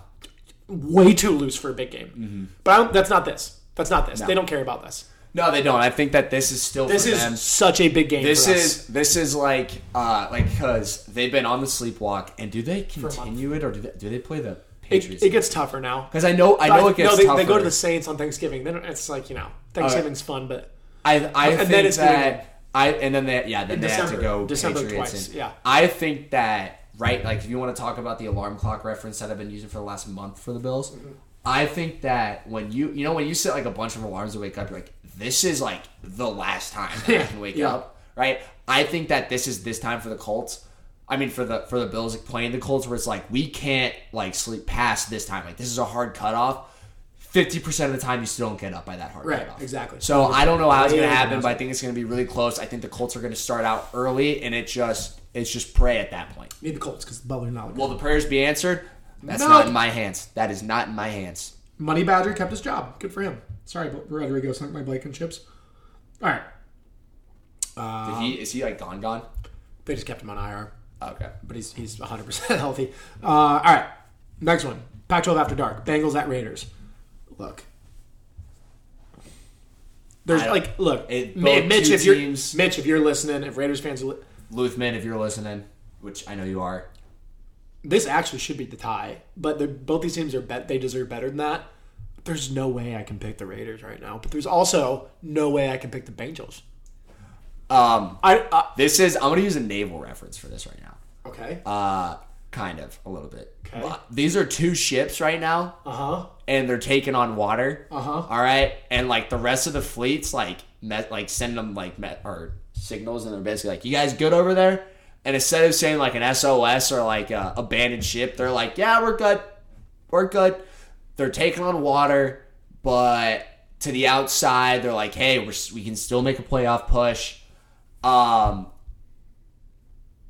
way too loose for a big game.
Mm-hmm.
But I don't, that's not this. That's not this. They don't care about this.
No, they don't. I think that this is still
This
for
is
them.
such a big game.
This
for us.
is this is like uh like because they've been on the sleepwalk and do they continue it or do they, do they play the
it,
Patriots?
it gets tougher now.
Because I know I know it gets
no, they,
tougher.
they go to the Saints on Thanksgiving. Then it's like you know Thanksgiving's fun, but
I I
and then
think
it's gonna go-
that I and then they yeah then they have to
December.
go
December
Patriots
twice,
and-
yeah.
I think that right like if you want to talk about the alarm clock reference that I've been using for the last month for the Bills.
Mm-hmm.
I think that when you you know when you set like a bunch of alarms to wake up, you're like, this is like the last time that I can wake
Yeah.
up, right? I think that this is this time for the Colts. I mean, for the for the Bills like, playing the Colts, where it's like we can't like sleep past this time. Like this is a hard cutoff. fifty percent of the time you still don't get up by that hard
Right,
cutoff.
exactly.
So I don't know how it's gonna
Yeah.
happen, but I think it's gonna be really close. I think the Colts are gonna start out early, and it just it's just pray at that point.
Maybe Colts because Butler not.
Will the prayers be answered? That's
No.
not in my hands. That is not in my hands.
Money Badger kept his job. Good for him. Sorry, but Rodrigo sunk my Blake and chips. All right,
Did he is he like gone gone?
they just kept him on IR,
Okay.
but he's he's 100 percent (laughs) healthy. Uh, all right, next one. Pac-12 after dark. Bengals at Raiders. Look, there's
I don't-
like look,
It-
Ma-
both
Mitch.
two
If you're
teams-
Mitch, if you're listening, if Raiders fans, are li-
Luthman, if you're listening, which I know you are,
this actually should be the tie, but they're- both these teams are bet they deserve better than that. There's no way I can pick the Raiders right now, but there's also no way I can pick the Bengals.
um,
I, I
this is I'm gonna use a naval reference for this right now.
okay.
Uh, kind of a little bit.
Okay.
Well, These are two ships right now,
Uh huh.
and they're taking on water.
Uh-huh.
All right, and like the rest of the fleets, like met, like send them like met or signals, and they're basically like, "You guys good over there?" And instead of saying like an SOS or like a abandoned ship, they're like, "Yeah, we're good, we're good." They're taking on water, but to the outside, they're like, "Hey, we're, s- we can still make a playoff push." Um,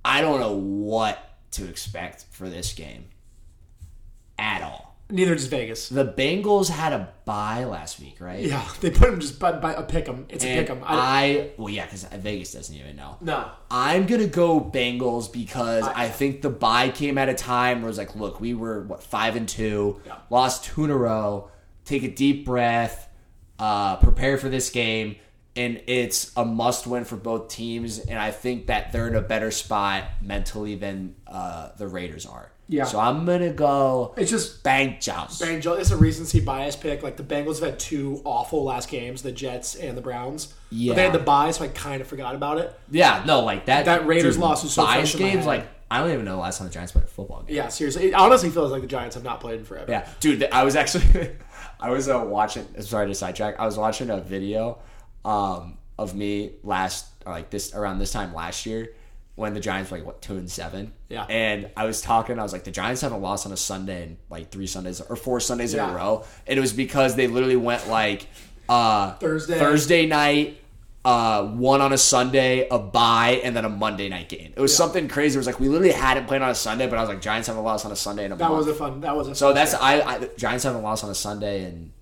I don't know what to expect for this game at all.
Neither does Vegas.
The Bengals had a bye last week, right?
Yeah, (laughs) they put him just by, by a pick 'em. It's a
And
pick 'em. I,
I, well, yeah, because Vegas doesn't even know.
no.
I'm gonna go Bengals because I, think the bye came at a time where it was like, look, we were what five and two,
Yeah.
lost two in a row. Take a deep breath, uh, prepare for this game, and it's a must-win for both teams. And I think that they're in a better spot mentally than uh, the Raiders are.
Yeah.
So I'm gonna go
It's just
Bengals.
Angel. It's a recency bias pick. Like the Bengals have had two awful last games, the Jets and the Browns.
Yeah.
But they had the bye, so I kind of forgot about it.
Yeah, no, like that.
That Raiders loss is so
bias
fresh in my
games.
head.
Like I don't even know the last time the Giants played a football game.
Yeah, seriously. It honestly feels like the Giants have not played in forever.
Yeah, dude, th- I was actually, (laughs) I was uh, watching. Sorry to sidetrack. I was watching a video um, of me last, like this around this time last year when the Giants were like what two and seven.
Yeah.
and I was talking. I was like, the Giants haven't lost on a Sunday in like three Sundays or four Sundays in
Yeah.
a row, and it was because they literally went like uh,
Thursday.
Thursday night. Uh, one on a Sunday, a bye, and then a Monday night game. It was something crazy. It was like we literally hadn't played on a Sunday, but I was like, Giants haven't lost on a Sunday in a
That
month.
was a fun. That was a
So
fun
that's I, I the Giants haven't lost on a Sunday, and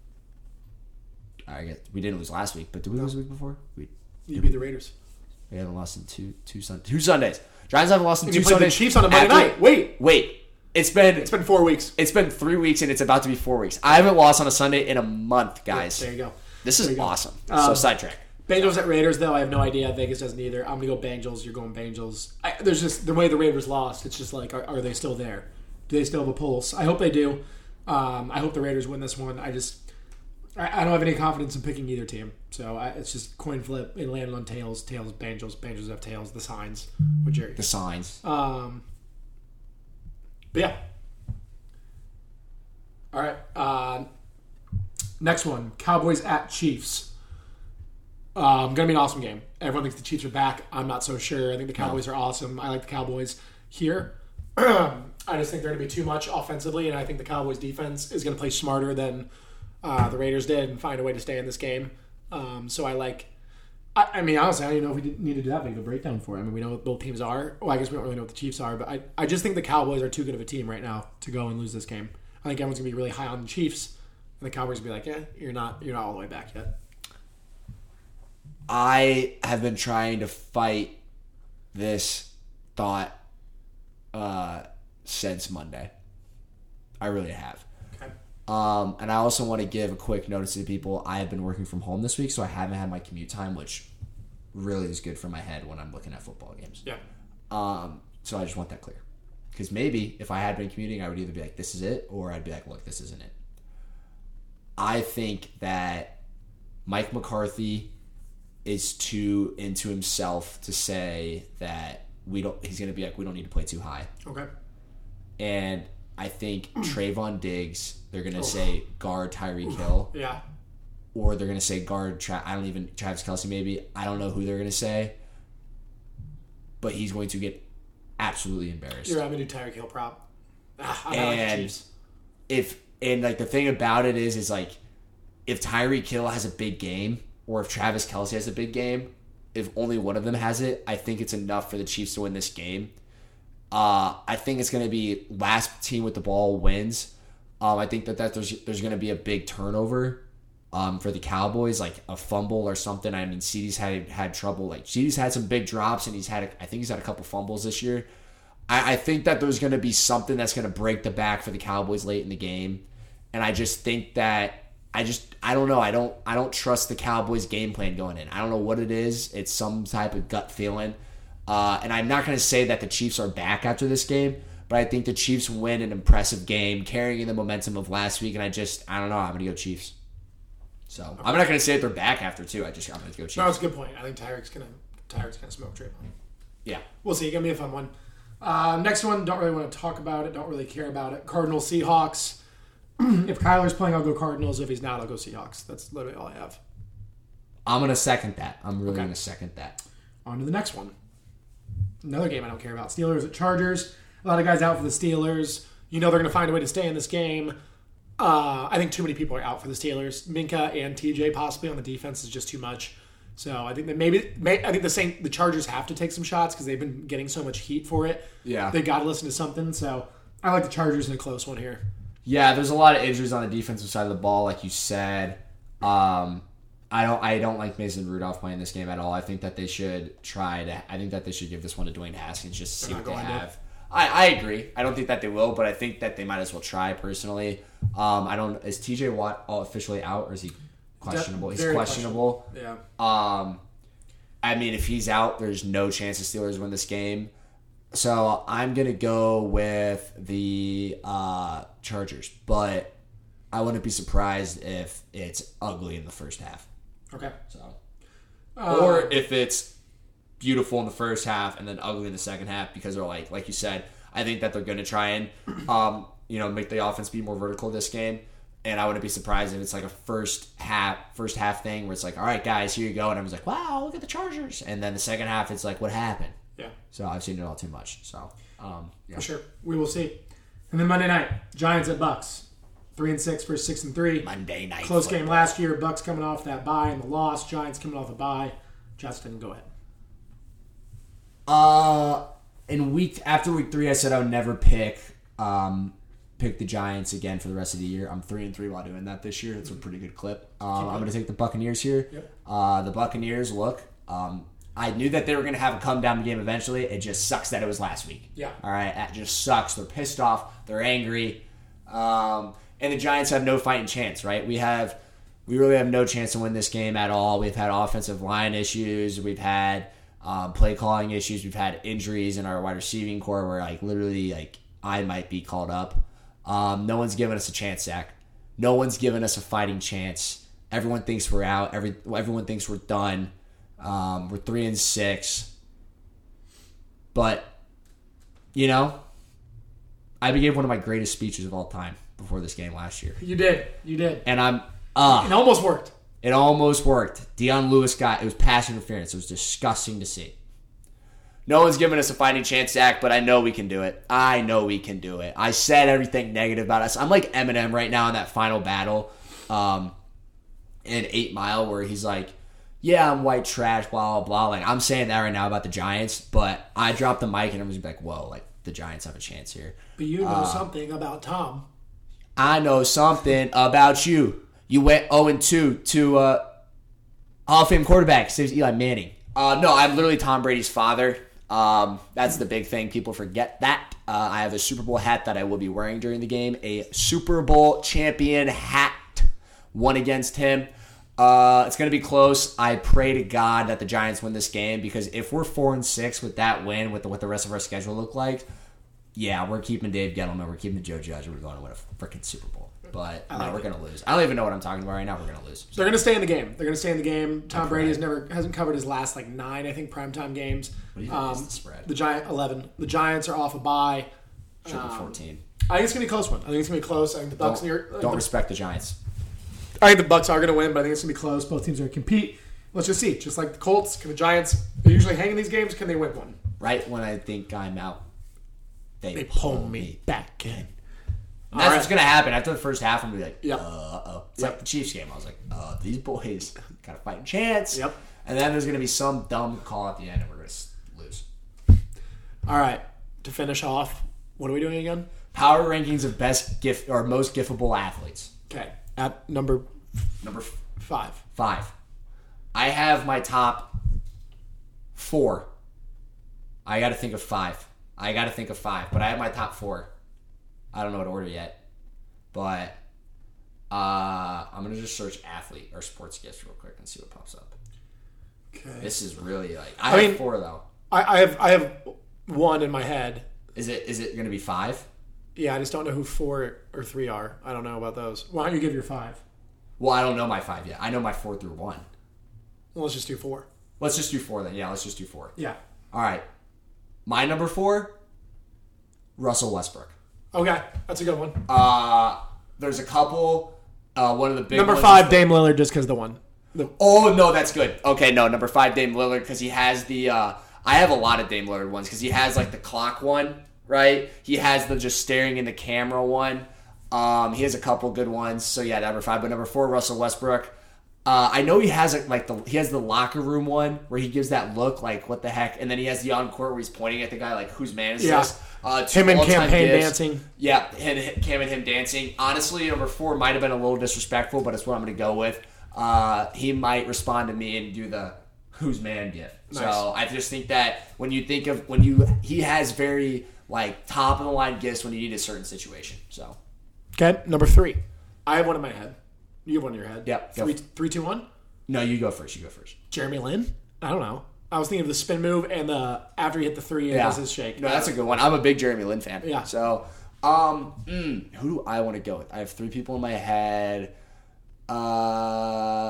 I guess we didn't lose last week, but did we lose the week before? We,
You beat the Raiders.
we haven't lost in two two Sun two Sundays. Giants haven't lost in
You
two
played the
Sundays.
Chiefs on a Monday
after-
night. Wait,
wait, it's been
it's been four weeks.
it's been three weeks, and it's about to be four weeks. I haven't lost on a Sunday in a month, guys.
There you go.
This
There you
is
go.
awesome. so
Um,
sidetrack.
Bengals at Raiders, though, I have no idea. Vegas doesn't either. I'm gonna go Bengals. You're going Bengals. I, there's just the way the Raiders lost. It's just like, are, are they still there? Do they still have a pulse? I hope they do. Um, I hope the Raiders win this one. I just, I, I don't have any confidence in picking either team. So I, it's just coin flip and land on tails. Tails, Bengals. Bengals have tails. The signs. What Jerry?
The signs.
Um, but yeah. All right. Uh, next one Cowboys at Chiefs. Um, gonna be an awesome game. Everyone thinks the Chiefs are back. I'm not so sure. I think the Cowboys are awesome. I like the Cowboys here. (clears throat) I just think they're gonna be too much offensively, and I think the Cowboys defense is gonna play smarter than uh, the Raiders did and find a way to stay in this game. Um, so I like. I, I mean, honestly, I don't even know if we did- need to do that big of a breakdown for it. I mean, we know what both teams are. Well, I guess we don't really know what the Chiefs are, but I, I just think the Cowboys are too good of a team right now to go and lose this game. I think everyone's gonna be really high on the Chiefs, and the Cowboys will be like, "Yeah, you're not, you're not all the way back yet."
I have been trying to fight this thought uh, since Monday. I really have.
Okay.
Um, and I also want to give a quick notice to people. I have been working from home this week, so I haven't had my commute time, which really is good for my head when I'm looking at football games.
Yeah.
Um, so I just want that clear. Because maybe if I had been commuting, I would either be like, this is it, or I'd be like, look, this isn't it. I think that Mike McCarthy is too into himself to say that we don't, he's going to be like, we don't need to play too high.
Okay.
And I think Trayvon Diggs, they're going to say guard Tyreek Hill,
Yeah.
or they're going to say guard, Tra- I don't even, Travis Kelsey maybe. I don't know who they're going to say, but he's going to get absolutely embarrassed.
You're having to do Tyreek Hill prop. Ah, I like the
and
Chiefs.
if and like the thing about it is is like if Tyree Kill has a big game or if Travis Kelsey has a big game, if only one of them has it, I think it's enough for the Chiefs to win this game. Uh, I think it's going to be last team with the ball wins. Um, I think that, that there's there's going to be a big turnover um, for the Cowboys, like a fumble or something. I mean, CD's had had trouble. Like CD's had some big drops, and he's had a, I think he's had a couple fumbles this year. I, I think that there's going to be something that's going to break the back for the Cowboys late in the game, and I just think that I just I don't know. I don't I don't trust the Cowboys game plan going in. I don't know what it is. It's some type of gut feeling. Uh, and I'm not going to say that the Chiefs are back after this game, but I think the Chiefs win an impressive game, carrying in the momentum of last week. And I just, I don't know. I'm going to go Chiefs. So I'm not going to say that they're back after too. I just, I'm going to go Chiefs.
That was a good point. I think Tyreek's gonna Tyreek's gonna smoke Trayvon.
Yeah.
We'll see. It's gonna be a fun one. Uh, next one. Don't really want to talk about it. Don't really care about it. Cardinals Seahawks. (clears throat) if Kyler's playing, I'll go Cardinals. If he's not, I'll go Seahawks. That's literally all I have.
I'm going to second that. I'm really going to second that.
On to the next one. Another game I don't care about. Steelers at Chargers. A lot of guys out for the Steelers. You know they're going to find a way to stay in this game. Uh, I think too many people are out for the Steelers. Minka and TJ possibly on the defense is just too much. So I think that maybe may, I think the same the Chargers have to take some shots because they've been getting so much heat for it.
Yeah.
they got to listen to something. So I like the Chargers in a close one here.
Yeah, there's a lot of injuries on the defensive side of the ball, like you said. Um, I don't, I don't like Mason Rudolph playing this game at all. I think that they should try to. I think that they should give this one to Dwayne Haskins just to see
They're
what
not
they
going to.
have. I, I agree. I don't think that they will, but I think that they might as well try. Personally, um, I don't. Is T.J. Watt all officially out, or is he questionable? He's
very
questionable.
Yeah,
Um, I mean, if he's out, there's no chance the Steelers win this game. So I'm gonna go with the uh, Chargers, but I wouldn't be surprised if it's ugly in the first half.
okay.
So,
Uh,
or if it's beautiful in the first half and then ugly in the second half because they're like, like you said, I think that they're gonna
(clears throat)
try and, um, you know, make the offense be more vertical this game. And I wouldn't be surprised if it's like a first half, first half thing where it's like, all right, guys, here you go, and everyone's like, wow, look at the Chargers, and then the second half, it's like, what happened?
yeah,
So I've seen it all too much. So, um, yeah.
for sure. We will see. And then Monday night, Giants at Bucks, three and six versus six and three.
Monday night.
Close game last year. Bucks coming off that bye and the loss. Giants coming off a bye. Justin, go ahead.
Uh, in week after week three, I said I would never pick um pick the Giants again for the rest of the year. I'm three and three while doing that this year. It's a pretty good clip. Um, I'm going to take the Buccaneers here.
Yep.
Uh, the Buccaneers look. Um, I knew that they were going to have a come down game eventually. It just sucks that it was last week.
Yeah.
All right, that just sucks. They're pissed off. They're angry. Um, and the Giants have no fighting chance, right? We have, we really have no chance to win this game at all. We've had offensive line issues. We've had um, play calling issues. We've had injuries in our wide receiving core where, like, literally, like, I might be called up. Um, no one's giving us a chance, Zach. No one's giving us a fighting chance. Everyone thinks we're out. Every everyone thinks we're done. Um, we're three and six, but you know, I gave one of my greatest speeches of all time before this game last year,
You did. You did.
and I'm uh
It almost worked.
it almost worked. Deion Lewis got it was pass interference. It was disgusting to see. No one's giving us a fighting chance, Zach, but I know we can do it. I know we can do it. I said everything negative about us. I'm like Eminem right now in that final battle, um, in Eight Mile, where he's like, "Yeah, I'm white trash, blah blah blah." Like I'm saying that right now about the Giants, but I dropped the mic and I'm just like, "Whoa, like the Giants have a chance here."
But you
Uh,
know something about Tom.
I know something about you. You went 0 2 to uh, Hall of Fame quarterback, saves Eli Manning. Uh, no, I'm literally Tom Brady's father. Um, that's the big thing. People forget that. Uh, I have a Super Bowl hat that I will be wearing during the game, a Super Bowl champion hat, one against him. Uh, it's going to be close. I pray to God that the Giants win this game because if we're four and six with that win, with the, what the rest of our schedule look like, yeah, we're keeping Dave Gettleman, we're keeping Joe Judge, and we're going to win a freaking Super Bowl.
Mm-hmm.
But no, we're gonna lose. I don't even know what I'm talking about right now. We're gonna lose.
They're gonna stay in the game. They're gonna stay in the game. Tom Brady has never hasn't covered his last like nine, I think, primetime games. What
do you think is the spread?
The Giant eleven. The Giants are off a bye.
Triple
Um,
fourteen.
I think it's gonna be a close one. I think it's gonna be close. I think the Bucks
Don't,
near.
don't respect the Giants.
I think the Bucks are gonna win, but I think it's gonna be close. Both teams are gonna compete. Let's just see. Just like the Colts, can the Giants? They're usually hanging these games. Can they win one?
Right when I think I'm out, they,
They pull me back in.
And
All
that's
right.
what's gonna happen after the first half. I'm gonna be like,
Yeah.
uh oh. It's
Yep.
like the Chiefs game. I was like, uh,
(laughs)
these boys got a fighting chance.
Yep.
And then there's gonna be some dumb call at the end, and we're gonna s- lose.
All right. To finish off, what are we doing again?
Power rankings of best gift or most giftable athletes.
Okay. At number
Number f-
five.
five. I have my top four. I got to think of five. I got to think of five, but I have my top four. I don't know what order yet, but uh, I'm gonna just search athlete or sports gifts real quick and see what pops up.
Okay.
This is really like I, have
mean-
four though.
I, I have I have one in my head.
Is it is it gonna be five?
Yeah, I just don't know who four or three are. I don't know about those. Why don't you give your five?
Well, I don't know my five yet. I know my four through one.
Well, let's just do four.
Let's just do four then. Yeah, let's just do four.
Yeah.
All right. My number four, Russell Westbrook.
Okay, that's a good one.
Uh, there's a couple. Uh, one of the big
number
ones
five,
is-
Dame Lillard, just because the one. The,
oh no, that's good. Okay, no, number five, Dame Lillard, because he has the. Uh, I have a lot of Dame Lillard ones because he has like the clock one, right? He has the just staring in the camera one. Um, he has a couple good ones. So yeah, number five, but number four, Russell Westbrook. Uh, I know he has a, like the he has the locker room one where he gives that look like what the heck, and then he has the on court where he's pointing at the guy like whose man is
Yeah.
this? Uh, two
him and
all-time
campaign
gifts.
dancing.
Yeah, and Cam and him dancing. Honestly, number four might have been a little disrespectful, but it's what I'm going to go with. Uh, he might respond to me and do the "Who's man" gift. So I just think that when you think of when you he has very like top of the line gifts when you need a certain situation. So
Okay, number three. I have one in my head. You have one in your head.
Yep, go.
Three, three, two, one.
no, you go first. You go first.
Jeremy Lin. I don't know. I was thinking of the spin move and the after he hit the three and
Yeah.
does his shake.
No, that's a good one. I'm a big Jeremy Lin fan.
Yeah.
So, um, mm, who do I want to go with? I have three people in my head. Uh,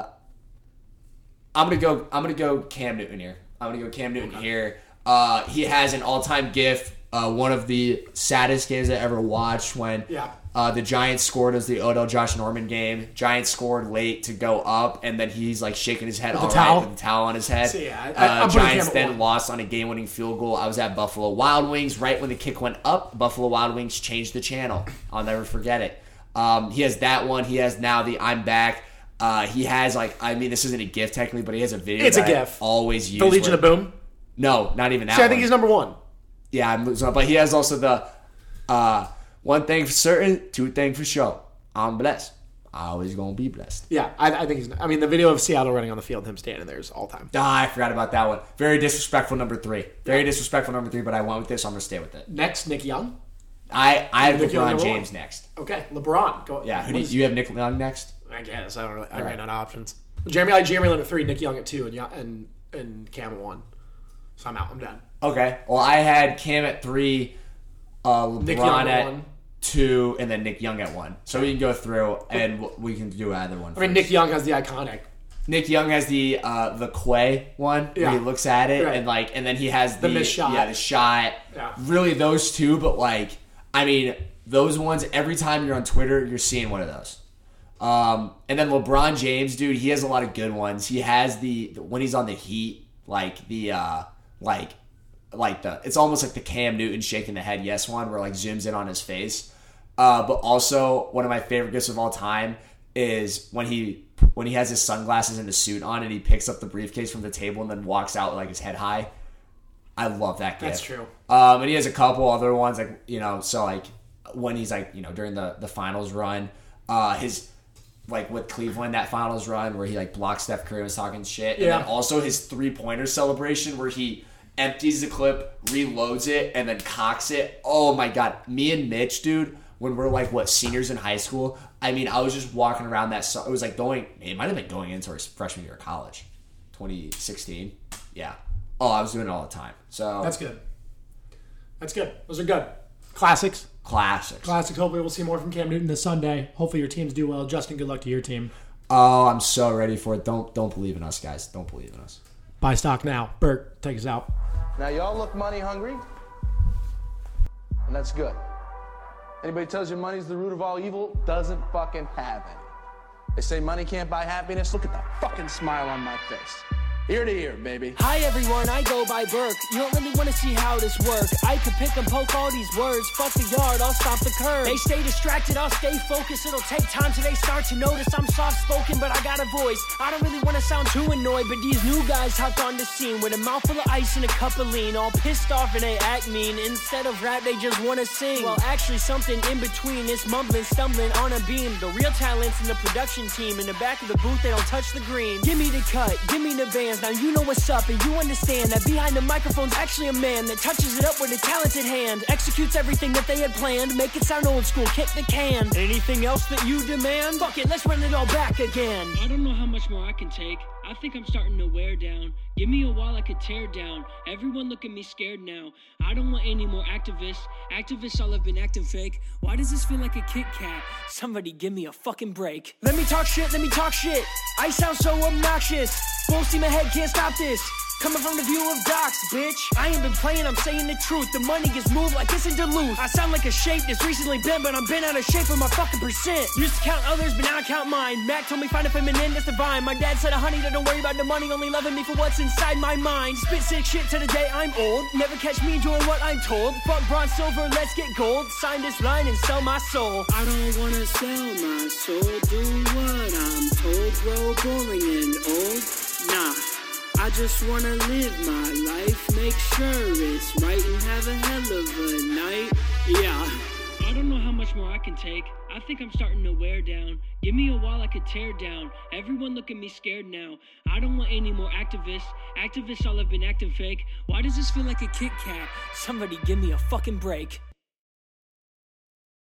I'm gonna go. I'm gonna go Cam Newton here. I'm gonna go Cam Newton here. Uh, he has an all-time gift. Uh, one of the saddest games I ever watched when
Yeah.
uh, the Giants scored as the Odell Josh Norman game. Giants scored late to go up, and then he's like shaking his head all right
towel?
with the towel on his head.
So, yeah, I- I'm
uh,
putting Cam
Giants
at
then
one.
lost on a game-winning field goal. I was at Buffalo Wild Wings right when the kick went up. Buffalo Wild Wings changed the channel. I'll never forget it. Um, he has that one. He has now the I'm back. Uh, he has like I mean this isn't a gift technically, but he has a video.
It's a
that I
gif.
Always use
The Legion
where-
of Boom.
No, not even that.
See, I
one.
think he's number one.
yeah, I'm losing. But he has also the uh, one thing for certain, two thing for sure. I'm blessed. I always gonna be blessed.
Yeah, I, I think he's. I mean, the video of Seattle running on the field, him standing there is all time.
Ah, I forgot about that one. Very disrespectful number three. Very disrespectful number three. But I went with this. I'm gonna stay with it.
Next, Nick Young.
I I have
Nick Young
LeBron
number
James next.
Okay, LeBron. Go,
Yeah, who do you,
was-
you have Nick Young next?
I guess I don't. Really, I ran out of options. Jeremy, I Jeremy Lin at three, Nick Young at two, and Ya- and and Cam at one. So I'm out. I'm done.
Okay. Well, I had Cam at three, uh,
Nick
LeBron
Young at
at
one.
two, and then Nick Young at one. So we can go through and w- we can do either one.
I mean, Nick Young has the iconic.
Nick Young has the uh, the Quay one
Yeah.
where he looks at it
Right.
and like, and then he has the,
missed shot.
Yeah, the shot.
Yeah.
Really, those two, but like, I mean, those ones. Every time you're on Twitter, you're seeing one of those. Um, and then LeBron James, dude, he has a lot of good ones. He has the when he's on the Heat, like the uh, like like the it's almost like the Cam Newton shaking the head yes one where like zooms in on his face. Uh, but also one of my favorite gifts of all time is when he when he has his sunglasses and his suit on and he picks up the briefcase from the table and then walks out like his head high. I love that gift.
That's true.
Um, and he has a couple other ones, like you know, so like when he's like you know during the the finals run, uh, his like with Cleveland that finals run where he like blocks Steph Curry and was talking shit, and
Yeah.
then also his three pointer celebration where he empties the clip, reloads it, and then cocks it. Oh my god, me and Mitch, dude. When we're like what seniors in high school, I mean, I was just walking around that. su- It was like going. It might have been going into our freshman year of college, 2016. Yeah. Oh, I was doing it all the time. So
That's good. That's good. Those are good. Classics.
classics.
Classics. Hopefully, we'll see more from Cam Newton this Sunday. Hopefully, your teams do well. Justin, good luck to your team.
Oh, I'm so ready for it. Don't don't believe in us, guys. Don't believe in us.
Buy stock now. Burke, take us out.
Now, y'all look money hungry, and that's good. Anybody tells you money's the root of all evil doesn't fucking have any. They say money can't buy happiness. Look at the fucking smile on my face. Ear to ear, baby.
Hi everyone, I go by Burke. You don't really wanna see how this works. I could pick and poke all these words. Fuck the yard, I'll stop the curve. They stay distracted, I'll stay focused. It'll take time till they start to notice I'm soft spoken, but I got a voice. I don't really wanna sound too annoyed, but these new guys hopped on the scene with a mouthful of ice and a cup of lean. All pissed off and they act mean. Instead of rap, they just wanna sing. Well, actually, something in between. It's mumbling, stumbling on a beam. The real talents in the production team. In the back of the booth, they don't touch the green. Give me the cut, give me the bands. Now you know what's up, and you understand that behind the microphone's actually a man that touches it up with a talented hand. Executes everything that they had planned. Make it sound old school, kick the can. Anything else that you demand? Fuck it, let's run it all back again.
I don't know how much more I can take. I think I'm starting to wear down. Give me a wall I could tear down. Everyone look at me scared now. I don't want any more activists. Activists all have been acting fake. Why does this feel like a Kit Kat?
Somebody give me a fucking break. Let me talk shit, let me talk shit. I sound so obnoxious. Full steam ahead, can't stop this. Coming from the view of docs, bitch. I ain't been playing, I'm saying the truth. The money gets moved like it's in Duluth. I sound like a shape that's recently bent, but I'm bent out of shape with my fucking percent. Used to count others, but now I count mine. Mac told me find a feminine that's divine. My dad said, honey, that don't worry about the money, only loving me for what's inside my mind. Spit sick shit to the day I'm old. Never catch me doing what I'm told. Fuck bronze, silver, let's get gold. Sign this line and sell my soul.
I don't wanna sell my soul. Do what I'm told. Grow boring and old. Nah. I just wanna live my life, make sure it's right and have a hell of a night. Yeah. I don't know how much more I can take. I think I'm starting to wear down. Give me a wall I could tear down. Everyone look at me scared now. I don't want any more activists. Activists all have been acting fake. Why does this feel like a Kit Kat?
Somebody give me a fucking break.